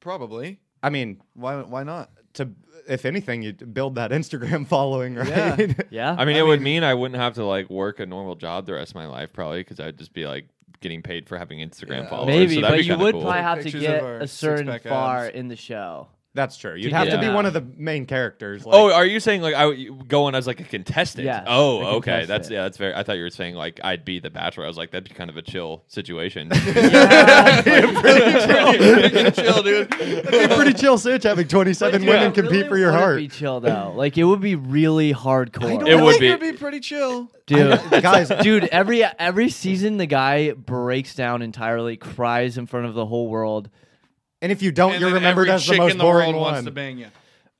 S6: Probably.
S3: I mean,
S6: Why? Why not?
S3: to if anything, you build that Instagram following, right?
S6: Yeah.
S4: Yeah.
S5: I mean, it would mean I wouldn't have to like work a normal job the rest of my life probably because I'd just be like getting paid for having Instagram followers.
S4: Maybe,
S5: oh, so that'd
S4: but
S5: be
S4: you
S5: kinda
S4: would
S5: cool.
S4: probably have to
S6: Pictures
S4: get
S6: of our
S4: a certain
S6: six-pack
S4: far
S6: abs.
S4: in the show.
S3: That's true. You'd
S4: To
S3: have to
S5: get
S3: be
S5: it
S3: one
S4: out.
S3: of the main characters. Like,
S5: Oh, are you saying like I would go on as like a contestant?
S4: Yes,
S5: oh,
S4: a
S5: okay.
S4: contestant.
S5: That's yeah, that's very. I thought you were saying like I'd be the bachelor. I was like that'd be kind of a chill situation.
S6: Freaking chill, dude.
S3: It'd be pretty chill, Sitch, having 27
S4: But
S3: women
S4: it really
S3: compete for your
S4: wouldn't
S3: heart.
S4: Be chill though. Like it would be really hardcore.
S5: It
S6: I
S5: would
S6: think
S5: be.
S6: It'd be pretty chill.
S4: dude.
S3: Guys,
S4: dude, every every season the guy breaks down entirely, cries in front of the whole world.
S3: and if you don't,
S6: And
S3: you're
S6: then
S3: remembered
S6: every
S3: as the
S6: chick
S3: most
S6: in the
S3: boring
S6: world
S3: one.
S6: Wants to bang you.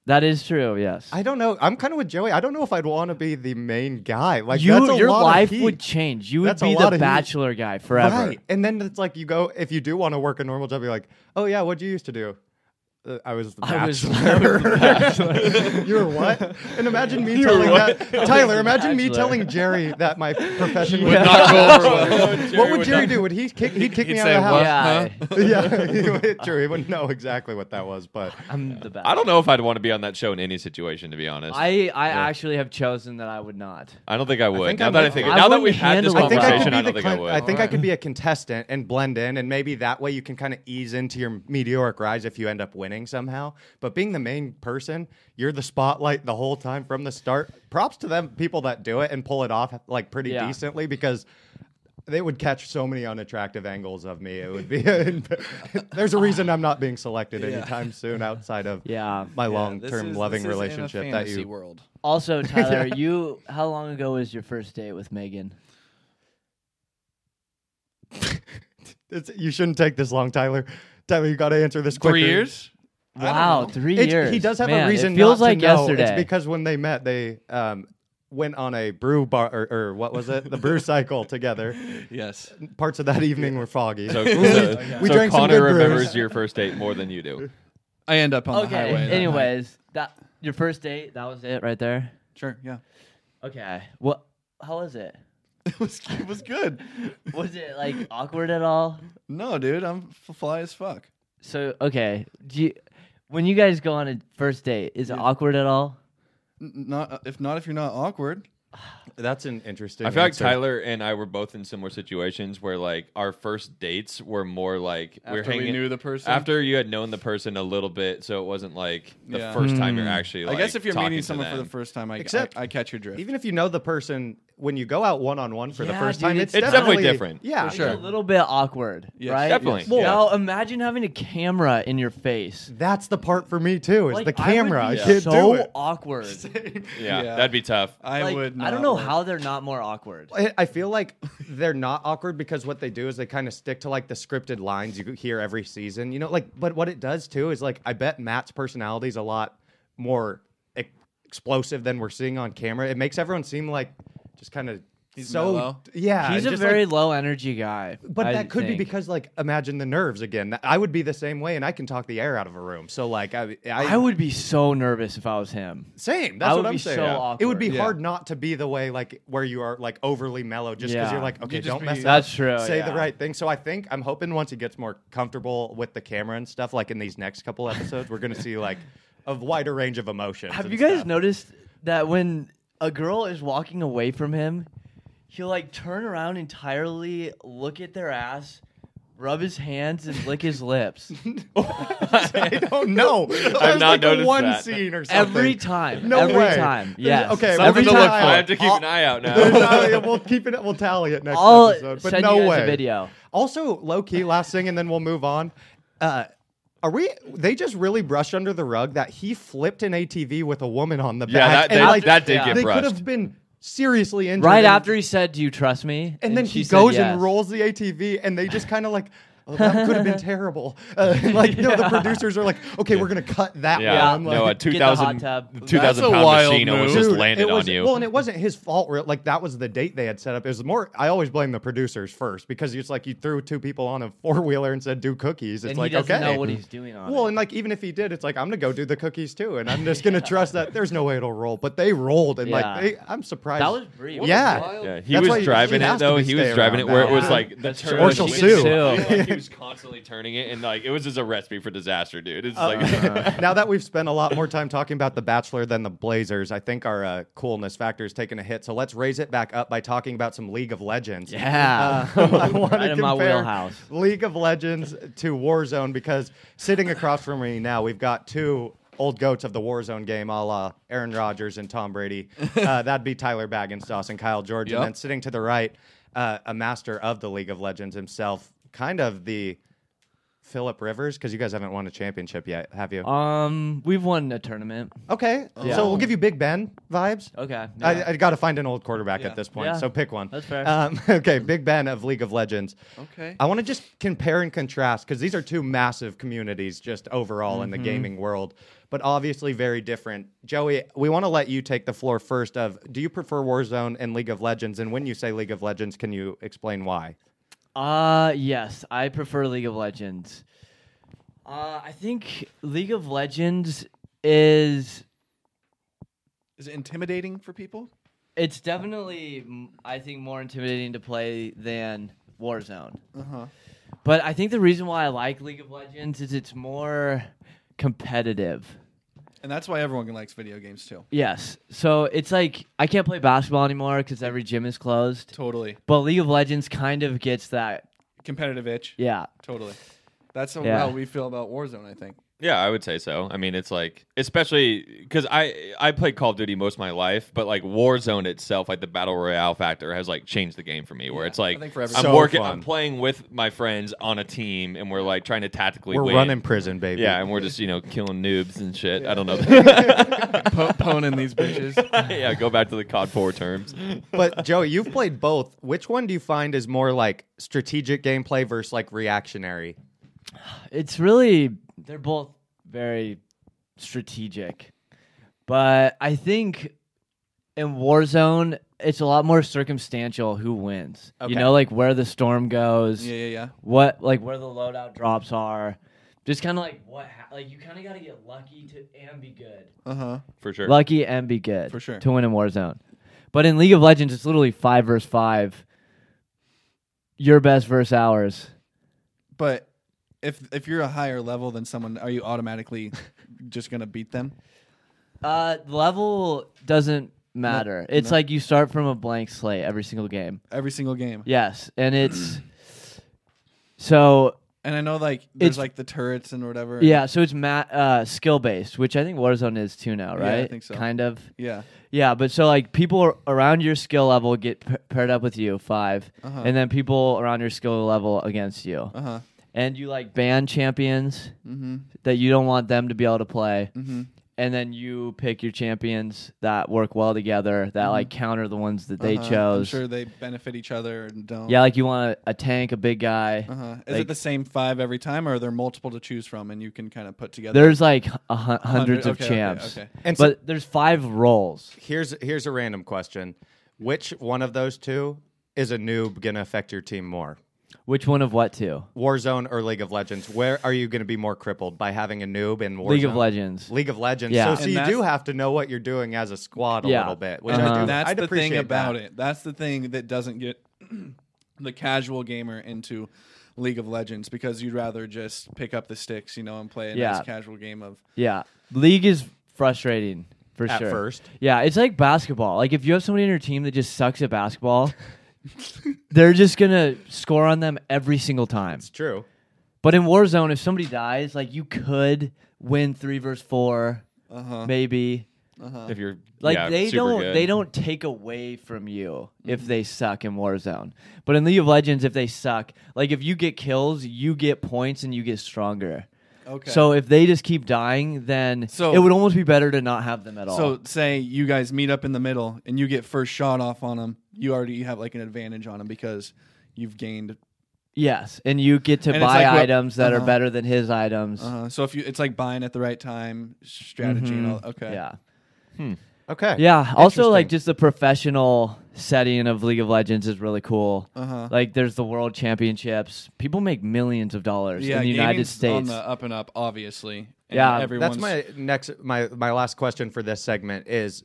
S4: That is true. Yes.
S3: I don't know. I'm kind of with Joey. I don't know if I'd want to be the main guy. Like
S4: you,
S3: that's a
S4: your
S3: lot of
S4: life
S3: heat.
S4: would change. You would
S3: That's a
S4: be
S3: lot
S4: the
S3: of heat.
S4: bachelor guy forever.
S3: right? And then it's like you go if you do want to work a normal job. You're like, oh yeah, what'd you used to do? Uh, I was the
S4: I was-
S3: bachelor. you were what? And imagine me telling that Tyler. Imagine me
S4: bachelor.
S3: telling Jerry that my profession would
S4: Yeah.
S3: not go over. well.
S5: Jerry
S3: what would
S5: would
S3: Jerry
S5: not-
S3: do? Would he kick? He'd kick
S6: He'd
S3: me out
S6: say,
S3: of the house.
S4: Yeah.
S3: Yeah, he would- Jerry wouldn't know exactly what that was, but
S4: I'm the best.
S5: I don't know if I'd want to be on that show in any situation. To be honest, I,
S4: I, I actually have chosen that I would not.
S5: don't think I would.
S3: think
S5: now
S3: I
S5: that I
S3: would-
S5: think
S4: I
S5: now that
S4: wouldn't
S5: we've had this
S4: handle it. I think I could
S5: conversation,
S3: be
S5: I, don't
S3: the
S5: think I
S3: con-
S5: would.
S3: I think I could be a contestant and blend in, and maybe that way you can kind of ease into your meteoric rise if you end up winning somehow. But being the main person, you're the spotlight the whole time from the start. Props to them people that do it and pull it off like pretty
S4: Yeah.
S3: decently because. They would catch so many unattractive angles of me. It would be. there's a reason I'm not being selected anytime soon outside of
S4: Yeah.
S3: my
S6: Yeah, this is-
S3: long-term
S6: this
S3: loving
S6: is in a
S3: relationship that
S6: fantasy
S3: you
S6: world.
S4: Also, Tyler, you how long ago was your first date with Megan?
S3: It's, you shouldn't take this long, Tyler. Tyler, you got to answer this quicker.
S6: Three years.
S4: Wow, three
S3: It's-
S4: years.
S3: He does have
S4: Man,
S3: a reason.
S4: It feels
S3: not
S4: like
S3: to know.
S4: yesterday.
S3: It's because when they met, they um, went on a brew bar or, or what was it? The brew cycle together.
S6: Yes.
S3: Parts of that evening were foggy.
S5: So,
S3: we
S5: so
S3: drank some good
S5: Connor
S3: brews.
S5: remembers your first date more than you do.
S6: I end up on the
S4: okay.
S6: highway. that night.
S4: anyways, that your first date, that was it right there.
S6: Sure. Yeah.
S4: Okay. What? How was it?
S6: It was it was good.
S4: Was it like awkward at all?
S6: No, dude, I'm f- fly as fuck.
S4: So okay, do you, when you guys go on a first date, is it awkward at all?
S6: N- Not uh, if not if you're not awkward.
S3: That's an interesting.
S5: I feel like
S3: answer.
S5: Tyler and I were both in similar situations where like our first dates were more like we're
S6: After we
S5: hanging
S6: knew the person?
S5: after you had known the person a little bit, so it wasn't like the
S6: Yeah.
S3: Hmm.
S5: first time you're actually. Like,
S6: I guess if you're
S5: talking
S6: meeting
S5: to
S6: someone for
S5: them.
S6: the first time, I,
S3: Except-
S6: I, I catch your drift.
S3: Even if you know the person when you go out one on one for the
S4: Yeah,
S3: first
S4: dude,
S3: time,
S4: it-
S3: it's,
S5: It's definitely different,
S3: Yeah,
S6: for sure.
S4: a little bit awkward,
S6: Yes,
S4: right?
S5: definitely, yes.
S4: Now imagine having a camera in your face.
S3: That's the part for me too. Is
S4: Like,
S3: the
S4: I would
S3: camera? I,
S4: be
S3: can't
S4: so
S3: do it.
S4: awkward.
S5: Yeah,
S6: Yeah. Uh,
S5: that'd be tough.
S6: I
S4: Like,
S6: would. Not
S4: I don't know
S6: work.
S4: how they're not more awkward.
S3: I I feel like they're not awkward because what they do is they kind of stick to like the scripted lines you hear every season. You know, like but what it does too is like I bet Matt's personality is a lot more ex- explosive than we're seeing on camera. It makes everyone seem like just kind of
S6: He's
S3: so
S6: mellow.
S3: yeah.
S4: He's a
S3: just,
S4: very
S3: like-
S4: low energy guy.
S3: but
S4: I
S3: that could
S4: think.
S3: be because like imagine the nerves again. That- I would be the same way, and I can talk the air out of a room. So like I I,
S4: I would be so nervous if I was him.
S3: same. That's
S4: I
S3: what
S4: would
S3: I'm
S4: be
S3: saying.
S4: so
S3: It would be
S4: awkward.
S3: hard not to be the way like where you are like overly mellow just because
S4: Yeah.
S3: you're like okay,
S6: just
S3: don't
S6: be-
S3: mess up.
S4: That's
S5: Oh,
S4: true.
S3: say
S4: yeah.
S3: the right thing. So I think I'm hoping once he gets more comfortable with the camera and stuff, like in these next couple episodes, we're gonna see like a wider range of emotions.
S4: Have
S3: and
S4: you guys
S3: stuff.
S4: noticed that when a girl is walking away from him, he'll like turn around entirely, look at their ass, rub his hands, and lick his lips
S3: I don't know. There's,
S5: not
S3: like, a
S5: noticed
S3: one
S5: that.
S3: scene or something.
S4: every time.
S3: No
S4: every
S3: way.
S4: time.
S3: There's-
S4: Yes.
S3: okay, well,
S4: Every
S5: Something to look for.
S3: time.
S5: I have to keep an eye out
S3: There's
S5: now.
S3: not- yeah, we'll keep it. We'll tally it next
S4: I'll
S3: episode. But
S4: send
S3: no
S4: you guys
S3: way.
S4: a video.
S3: Also, low key, last thing, and then we'll move on. Uh, are we? They just really brushed under the rug that he flipped an ATV with a woman on the
S5: Yeah,
S3: back.
S5: that-
S3: and,
S5: that-
S3: like,
S5: that did
S4: Yeah. get
S3: They could
S5: brushed.
S3: have been seriously injured.
S4: Right
S3: and-
S4: after he said, "Do you trust me?"
S3: and then
S4: she
S3: he
S4: said
S3: goes
S4: yes.
S3: and rolls the ATV, and they just kind of like. Oh, that could have been terrible. Uh, like, no, the producers are like, okay, we're gonna cut that
S5: Yeah,
S3: one. Like,
S5: no, a
S4: Get the
S5: two
S4: hot
S5: thousand
S4: tub.
S5: two
S6: That's
S5: thousand
S6: a
S5: pound
S6: wild
S5: machine almost
S6: move.
S5: just
S3: Dude,
S5: landed
S3: it
S5: on
S3: was-
S5: you.
S3: Well, and it wasn't his fault. real- Like that was the date they had set up. It was more. I always blame the producers first because it's like you threw two people on a four wheeler and said do cookies. It's
S4: And
S3: like
S4: he doesn't
S3: okay,
S4: know what he's doing on
S3: well,
S4: it.
S3: and like even if he did, it's like I'm gonna go do the cookies too, and I'm just gonna trust that there's no way it'll roll. But they rolled, and
S4: Yeah.
S3: like they, I'm surprised.
S4: That was brief.
S3: yeah.
S5: yeah, he
S3: That's why
S5: was
S3: you-
S5: driving
S3: she
S5: it
S3: has to
S5: though.
S3: be
S5: He was
S3: staying
S5: driving it
S3: around
S5: where it
S3: now.
S5: was
S3: Yeah.
S5: like the
S4: That's
S5: turn.
S4: true.
S3: Or she'll
S5: was-
S3: sue.
S5: like, he was constantly turning it, and like it was just a recipe for disaster, dude. It's
S3: Uh,
S5: like
S3: now that we've spent a lot more time talking about the Bachelor than the Blazers, I think our uh, coolness factor is taking a hit. So let's raise it back up by talking about some League of Legends.
S4: Yeah.
S3: Uh, I want
S4: Right
S3: to
S4: in my
S3: compare
S4: wheelhouse.
S3: League of Legends to Warzone because sitting across from me now, we've got two old goats of the Warzone game, a la Aaron Rodgers and Tom Brady. Uh, that'd be Tyler Bagginstoss and Kyle George.
S6: Yep.
S3: And then sitting to the right, uh, a master of the League of Legends himself, kind of the. Philip Rivers, because you guys haven't won a championship yet, have you?
S4: Um, we've won a tournament.
S3: Okay,
S4: Yeah.
S3: so we'll give you Big Ben vibes.
S4: Okay. yeah.
S3: I, I got to find an old quarterback
S6: Yeah.
S3: at this point,
S4: Yeah.
S3: so pick one.
S4: That's fair.
S3: Um, okay, Big Ben of League of Legends.
S6: Okay.
S3: I want to just compare and contrast because these are two massive communities just overall in
S4: Mm-hmm.
S3: the gaming world, but obviously very different. Joey, we want to let you take the floor first. Of do you prefer Warzone and League of Legends? And when you say League of Legends, can you explain why?
S4: Uh yes, I prefer League of Legends. Uh I think League of Legends is
S6: Is it intimidating for people?
S4: it's definitely mm, I think more intimidating to play than Warzone.
S6: Uh-huh.
S4: But I think the reason why I like League of Legends is it's more competitive.
S6: And that's why everyone likes video games too.
S4: Yes. So it's like I can't play basketball anymore cuz every gym is closed.
S6: Totally.
S4: But League of Legends kind of gets that.
S6: Competitive itch.
S4: Yeah.
S6: Totally. That's how
S4: Yeah.
S6: how we feel about Warzone, I think.
S5: Yeah, I would say so. I mean, it's like especially because I I played Call of Duty most of my life, but like Warzone itself, like the battle royale factor, has like changed the game for me. Where
S6: Yeah,
S5: it's like
S6: I think for
S5: I'm
S6: everyone.
S3: So
S5: working,
S3: fun.
S5: I'm playing with my friends on a team, and we're like trying to tactically.
S3: We're
S5: win.
S3: running prison, baby.
S5: Yeah, and we're just you know killing noobs and shit. I don't know.
S6: Po- poning these bitches.
S5: yeah, go back to the COD four terms.
S3: but Joey, you've played both. Which one do you find is more like strategic gameplay versus like reactionary?
S4: it's really they're both very strategic but i think in warzone it's a lot more circumstantial who wins
S3: Okay.
S4: you know like where the storm goes
S6: Yeah, yeah, yeah.
S4: what like where the loadout drops are just kind of like what ha- like you kind of got to get lucky to and be good
S6: Uh huh.
S5: For sure.
S4: lucky and be good
S6: For sure.
S4: to win in warzone but in league of legends it's literally five versus five your best versus ours
S6: But if if you're a higher level than someone, are you automatically just gonna beat them?
S4: Uh, level doesn't matter. it's like you start from a blank slate every single game.
S6: Every single game.
S4: Yes, and it's so
S6: And I know like there's
S4: It's-
S6: like the turrets and whatever.
S4: Yeah, so it's mat uh, skill based, which I think Warzone is too now,
S6: Yeah, I
S4: right?
S6: think so.
S4: Kind of.
S6: Yeah.
S4: Yeah, but so like people ar- around your skill level get p- paired up with you 5 and then people around your skill level against you,
S6: Uh-huh. Mm-hmm.
S4: and you like ban champions that you don't want them to be able to play, and then you pick your champions that work well together that like counter the ones that they
S6: Mm-hmm. Uh-huh. I'm
S4: chose.
S6: sure they benefit each other and don't.
S4: Yeah, like you want a, a tank, a big guy.
S6: Uh-huh. Is
S4: like-
S6: it the same five every time, or are there multiple to choose from, and you can kind of put together?
S4: There's like h- a hun- hundreds
S6: Hundred-
S4: of
S6: okay, okay,
S4: champs,
S6: okay.
S3: And so-
S4: but there's five roles.
S3: Here's here's a random question. Which one of those two is a noob gonna affect your team more?
S4: Which one of what two?
S3: Warzone or League of Legends? Where are you gonna be more crippled by having a noob in Warzone?
S4: League of Legends.
S3: League of Legends. So,
S4: Yeah.
S3: so
S6: And
S3: you
S6: that's-
S3: do have to know what you're doing as a squad a
S4: Yeah.
S3: little bit, which
S4: Uh-huh.
S3: I do.
S6: That's
S3: I'd
S6: the
S3: appreciate
S6: thing about
S3: that.
S6: it. That's the thing that doesn't get the casual gamer into League of Legends because you'd rather just pick up the sticks, you know, and play a
S4: Yeah.
S6: nice casual game of.
S4: Yeah, league is frustrating for
S3: At
S4: sure.
S3: first.
S4: yeah, it's like basketball. Like if you have somebody in your team that just sucks at basketball, they're just gonna score on them every single time.
S3: It's true.
S4: But in Warzone, if somebody dies, like you could win three versus 4
S3: Uh-huh.
S4: maybe.
S6: Uh-huh.
S5: if you're
S4: Like
S5: yeah,
S4: they
S5: super
S4: don't
S5: good.
S4: they don't take away from you if
S3: Mm-hmm.
S4: they suck in Warzone. But in League of Legends, if they suck, like if you get kills, you get points and you get stronger.
S6: Okay.
S4: So if they just keep dying, then
S6: So-
S4: it would almost be better to not have them at all.
S6: So say you guys meet up in the middle and you get first shot off on them. You already have like an advantage on them because you've gained.
S4: yes, and you get to
S6: And it's
S4: buy
S6: like what-
S4: items that are
S6: uh-huh.
S4: better than his items.
S6: Uh, so if you, it's like buying at the right time strategy. And all, okay.
S4: Mm-hmm. Yeah.
S3: Okay.
S4: Yeah. Also, like
S6: Interesting.
S4: just the professional setting of League of Legends is really cool.
S6: Uh-huh.
S4: Like, there's the World Championships. People make millions of dollars
S6: Yeah.
S4: in the United
S6: gaming's on
S4: States.
S6: the up and up, obviously. And
S4: Yeah, that's
S6: Everyone's,
S3: That's my next my my last question for this segment is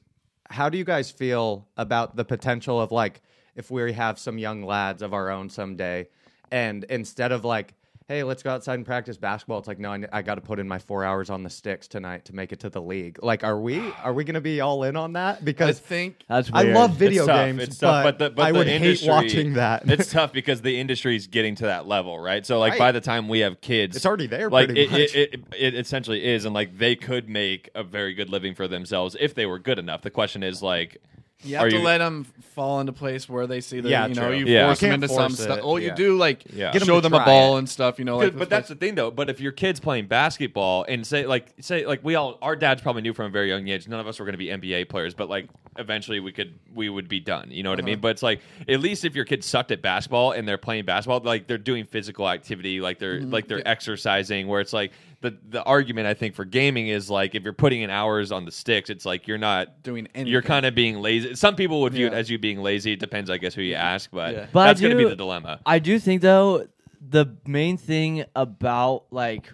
S3: how do you guys feel about the potential of like if we have some young lads of our own someday and instead of like hey let's go outside and practice basketball it's like no I, got to put in my 4 hours on the sticks tonight to make it to the league like are we are we going to be all in on that
S6: I
S3: because
S6: think
S4: That's
S3: I
S4: weird.
S3: love video
S5: it's tough,
S3: games
S5: It's tough, but,
S3: but,
S5: the, but
S3: I
S5: the
S3: would
S5: industry,
S3: hate watching that
S5: it's tough because the industry's getting to that level, right? So like
S3: Right.
S5: by the time we have kids,
S3: It's already there
S5: Like
S3: pretty
S5: it,
S3: much.
S5: It, it, it essentially is, and like they could make a very good living for themselves if they were good enough. The question is like,
S6: You have
S5: are
S6: to
S5: you,
S6: let 'em let them fall into place where they see their,
S3: Yeah,
S6: you know,
S3: true.
S6: you
S5: Yeah.
S6: force
S3: You
S6: them
S3: can't
S6: into
S3: force
S6: some stuff.
S3: it,
S6: Oh, you
S3: yeah.
S6: do like
S5: Yeah. Get
S3: 'em
S6: show
S3: to
S6: them a
S3: try
S6: ball
S3: it.
S6: and stuff, you know.
S5: Good,
S6: Like,
S5: but that's the thing though. But if your kid's playing basketball and say like say like we all our dads probably knew from a very young age none of us were going to be NBA players, but like eventually we could we would be done. You know
S6: Uh-huh.
S5: what I mean? But it's like at least if your kid sucked at basketball and they're playing basketball, like they're doing physical activity, like they're
S6: Mm-hmm.
S5: like they're exercising. Where it's like the the argument I think for gaming is like if you're putting in hours on the sticks, it's like you're not
S6: Doing
S5: You're
S6: anything.
S5: kind of being lazy. Some people would view it
S6: Yeah.
S5: as you being lazy. It depends, I guess, who you ask. But,
S6: Yeah.
S4: But I
S5: that's going to
S4: do-
S5: be the dilemma.
S4: I do think though the main thing about like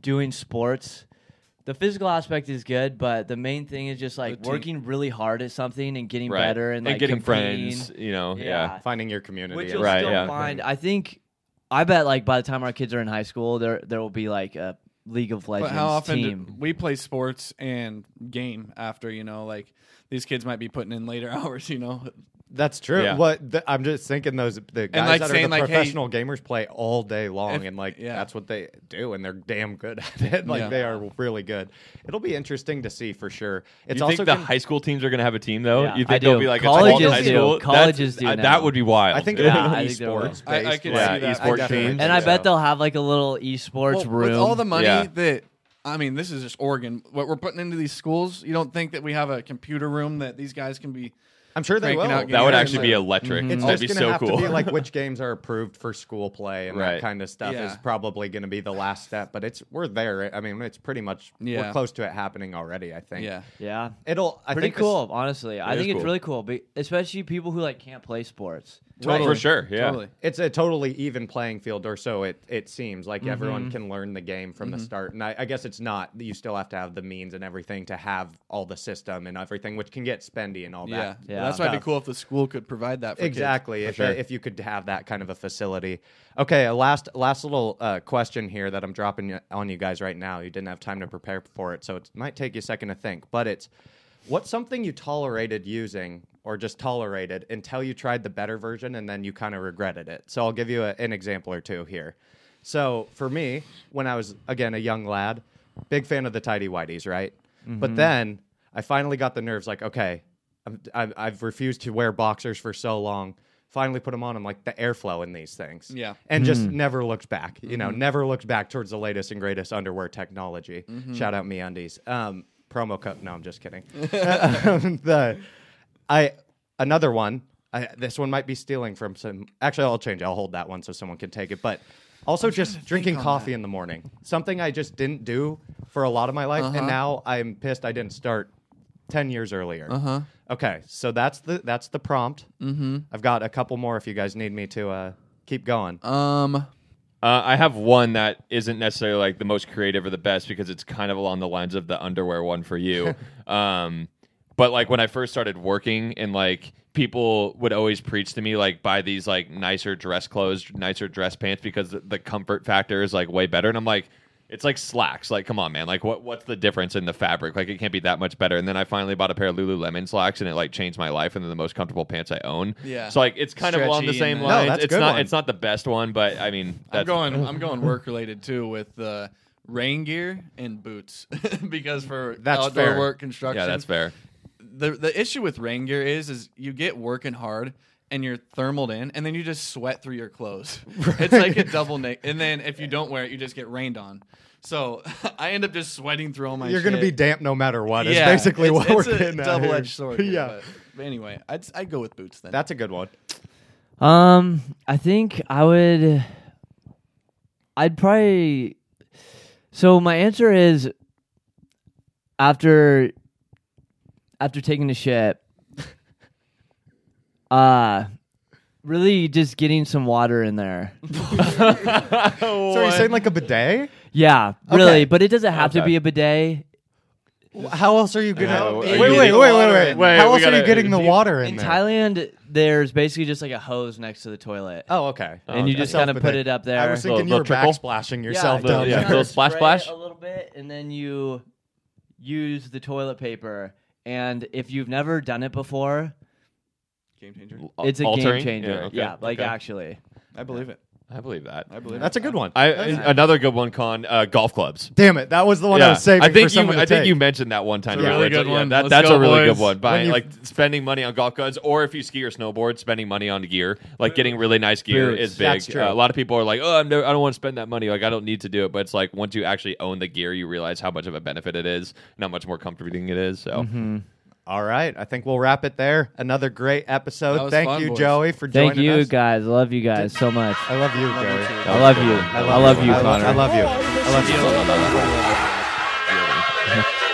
S4: doing sports, the physical aspect is good, but the main thing is just like
S6: The team-
S4: working really hard at something and getting
S5: Right.
S4: better and, like,
S5: getting
S4: competing.
S5: friends, you know,
S4: Yeah.
S3: finding your community
S4: which
S3: is
S4: you'll
S5: Right,
S4: still
S5: yeah.
S4: find. I think, I bet like by the time our kids are in high school, there there will be like a League of
S6: but
S4: Legends
S6: how often do-
S4: team.
S6: we play sports and game after, you know, like these kids might be putting in later hours, you know.
S3: That's true.
S5: Yeah.
S3: What the, I'm just thinking those the guys
S6: like,
S3: that are
S6: saying,
S3: the
S6: like, hey-
S3: professional gamers play all day long,
S6: If-
S3: and like
S6: yeah.
S3: that's what they do, and they're damn good at it. Like
S6: Yeah.
S3: they are really good. It'll be interesting to see for sure. It's
S5: you
S3: also
S5: think the
S3: gonna-
S5: high school teams are going to have a team though?
S4: Yeah,
S5: you
S4: I
S5: think they'll
S4: do.
S5: be like
S4: Colleges
S5: a 12 high
S4: do.
S5: school?
S4: Colleges do
S5: I-
S4: now.
S5: that would be wild.
S3: I think
S5: Yeah.
S3: it'll be
S4: Yeah, I
S3: an
S4: think they will.
S3: esports.
S6: I- I
S3: based
S6: can
S3: one.
S5: see Yeah, that. esports
S3: I definitely
S5: teams.
S4: and I
S3: think
S4: bet
S3: so.
S4: they'll have like a little esports
S6: Well,
S4: room.
S6: With all the money
S5: Yeah.
S6: that I mean, this is just Oregon. What we're putting into these schools, you don't think that we have a computer room that these guys can be
S3: I'm sure they
S6: cranking
S3: will.
S6: out games.
S5: that would
S6: Yeah,
S5: actually be
S6: like-
S5: electric.
S4: Mm-hmm.
S3: It's
S5: Mm. That'd
S3: just
S5: be
S3: gonna
S5: so
S3: have
S5: cool.
S3: to be like which games are approved for school play and
S5: Right.
S3: that kind of stuff
S6: Yeah.
S3: is probably going to be the last step. But it's we're there. I mean, it's pretty much
S6: Yeah.
S3: we're close to it happening already. I think.
S6: Yeah.
S4: yeah,
S3: It'll I
S4: pretty
S3: think this-
S4: cool. honestly, I
S5: is
S4: think it's
S5: cool.
S4: really cool, be- especially people who like can't play sports.
S5: For sure. Yeah.
S6: Totally.
S3: it's a totally even playing field, or so it it seems. Like everyone can learn the game from the start, and I, I guess it's not. You still have to have the means and everything to have all the system and everything, which can get spendy and all
S6: Yeah.
S3: that.
S4: Yeah.
S6: That's why it'd be
S3: Tough.
S6: cool if the school could provide that for kids.
S3: Exactly. If,
S5: sure.
S3: if you could have that kind of a facility. Okay. a Last last little uh, question here that I'm dropping y- on you guys right now. You didn't have time to prepare for it, so it might take you a second to think. But it's what's something you tolerated using or just tolerated until you tried the better version and then you kind of regretted it. So I'll give you a, an example or two here. So for me, when I was again a young lad, big fan of the tidy whiteys, right? But then I finally got the nerves. Like, okay, I'm, I've, I've refused to wear boxers for so long. Finally put them on. I'm like the airflow in these things.
S6: Yeah.
S3: and just never looked back. You know, never looked back towards the latest and greatest underwear technology. Shout out me undies. Um, promo code. No, I'm just kidding. Um, the I another one. I, this one might be stealing from some. Actually, I'll change. it. I'll hold that one so someone can take it. But also just drinking coffee in the morning, something I just didn't do for a lot of my life,
S6: Uh-huh.
S3: and now I'm pissed I didn't start ten years earlier. Uh
S6: Uh-huh.
S3: huh. Okay, so that's the that's the prompt. Mm-hmm. I've got a couple more if you guys need me to uh, keep going.
S6: Um,
S5: Uh, I have one that isn't necessarily like the most creative or the best because it's kind of along the lines of the underwear one for you. um, but like when I first started working and like people would always preach to me like buy these like nicer dress clothes, nicer dress pants because the, the comfort factor is like way better. And I'm like, it's like slacks. Like, come on, man. Like, what what's the difference in the fabric? Like, it can't be that much better. And then I finally bought a pair of Lululemon slacks, and it like changed my life. And they're the most comfortable pants I own.
S6: Yeah.
S5: So like, it's kind of along the
S6: Stretchy
S5: same
S6: and-
S3: No,
S5: lines.
S3: that's a
S5: it's
S3: good
S5: not.
S3: one.
S5: It's not the best one, but I mean,
S6: I'm
S5: that's
S6: going. I'm going work related too with uh, rain gear and boots because for
S3: That's
S6: outdoor
S3: fair.
S6: work construction,
S5: Yeah, that's fair.
S6: the the issue with rain gear is is you get working hard and you're thermaled in and then you just sweat through your clothes. It's like a double neck. And then if you don't wear it, you just get rained on. So I end up just sweating through all my
S3: You're going to be
S6: shit.
S3: damp no matter what. It's
S6: Yeah,
S3: basically
S6: it's-
S3: what
S6: it's
S3: we're
S6: a
S3: getting at here.
S6: double-edged sword. here,
S3: yeah,
S6: But anyway, I'd I'd go with boots then.
S3: that's a good one.
S4: Um, I think I would. I'd probably. So my answer is after after taking a shit. Uh really just getting some water in there.
S3: So you're saying like a bidet?
S4: Yeah, really,
S3: Okay.
S4: but it doesn't have to
S5: Okay.
S4: be a bidet.
S3: How else are you going
S5: Yeah,
S3: to?
S5: well,
S3: Wait,
S5: you
S3: wait,
S5: get
S3: wait,
S5: the
S3: wait,
S6: water
S3: wait, How
S5: there.
S6: in
S5: Wait, we
S3: else are you
S5: gotta-
S3: getting the water in
S4: in
S3: there?
S4: Thailand there's basically just like a hose next to the toilet.
S3: Oh, okay.
S4: And you just
S3: Yourself
S4: kinda
S3: with
S4: put it up there.
S3: I was thinking
S5: Little-
S3: you were
S5: little trickle?
S3: backsplashing yourself
S5: little-
S3: down
S5: yeah,
S3: there.
S5: little splash,
S4: spray
S5: splash?
S4: it a little bit, and then you use the toilet paper. And if you've never done it before,
S6: game changer.
S4: it's a
S5: Altering?
S4: game changer. Yeah,
S5: okay,
S4: like
S5: okay.
S4: actually.
S6: I believe it.
S5: I believe that.
S6: I believe
S3: That's a good one.
S5: I, another good one, con uh, golf clubs.
S3: Damn it, that was the one I was saving
S5: I think
S3: for someone
S5: you.
S3: to
S5: I think
S3: take.
S5: you mentioned that one time.
S6: It's a
S5: Yeah,
S6: really
S5: where it's
S6: good
S5: like- yeah,
S6: one.
S5: that-
S6: Let's
S5: that's
S6: go,
S5: a really
S6: boys.
S5: good one. Buying
S3: you-
S5: like spending money on golf clubs, or if you ski or snowboard, spending money on gear. Like getting really nice gear
S3: Boots.
S5: is big.
S3: That's true.
S5: Uh, a lot of people are like, "Oh, I'm no, I don't want to spend that money. Like, I don't need to do it." But it's like once you actually own the gear, you realize how much of a benefit it is, and how much more comforting it is. So
S4: Mm-hmm.
S3: All right, I think we'll wrap it there. Another great
S6: That
S3: episode.
S6: was
S3: Thank
S6: fun,
S3: you,
S6: boys.
S3: Joey, for
S4: Thank
S3: joining
S4: you
S3: us.
S4: guys. I love you guys so much.
S3: I love you, Joey.
S4: I love you. I love you,
S3: I love-
S4: Connor.
S3: I love you.
S1: I love you.
S5: Yeah.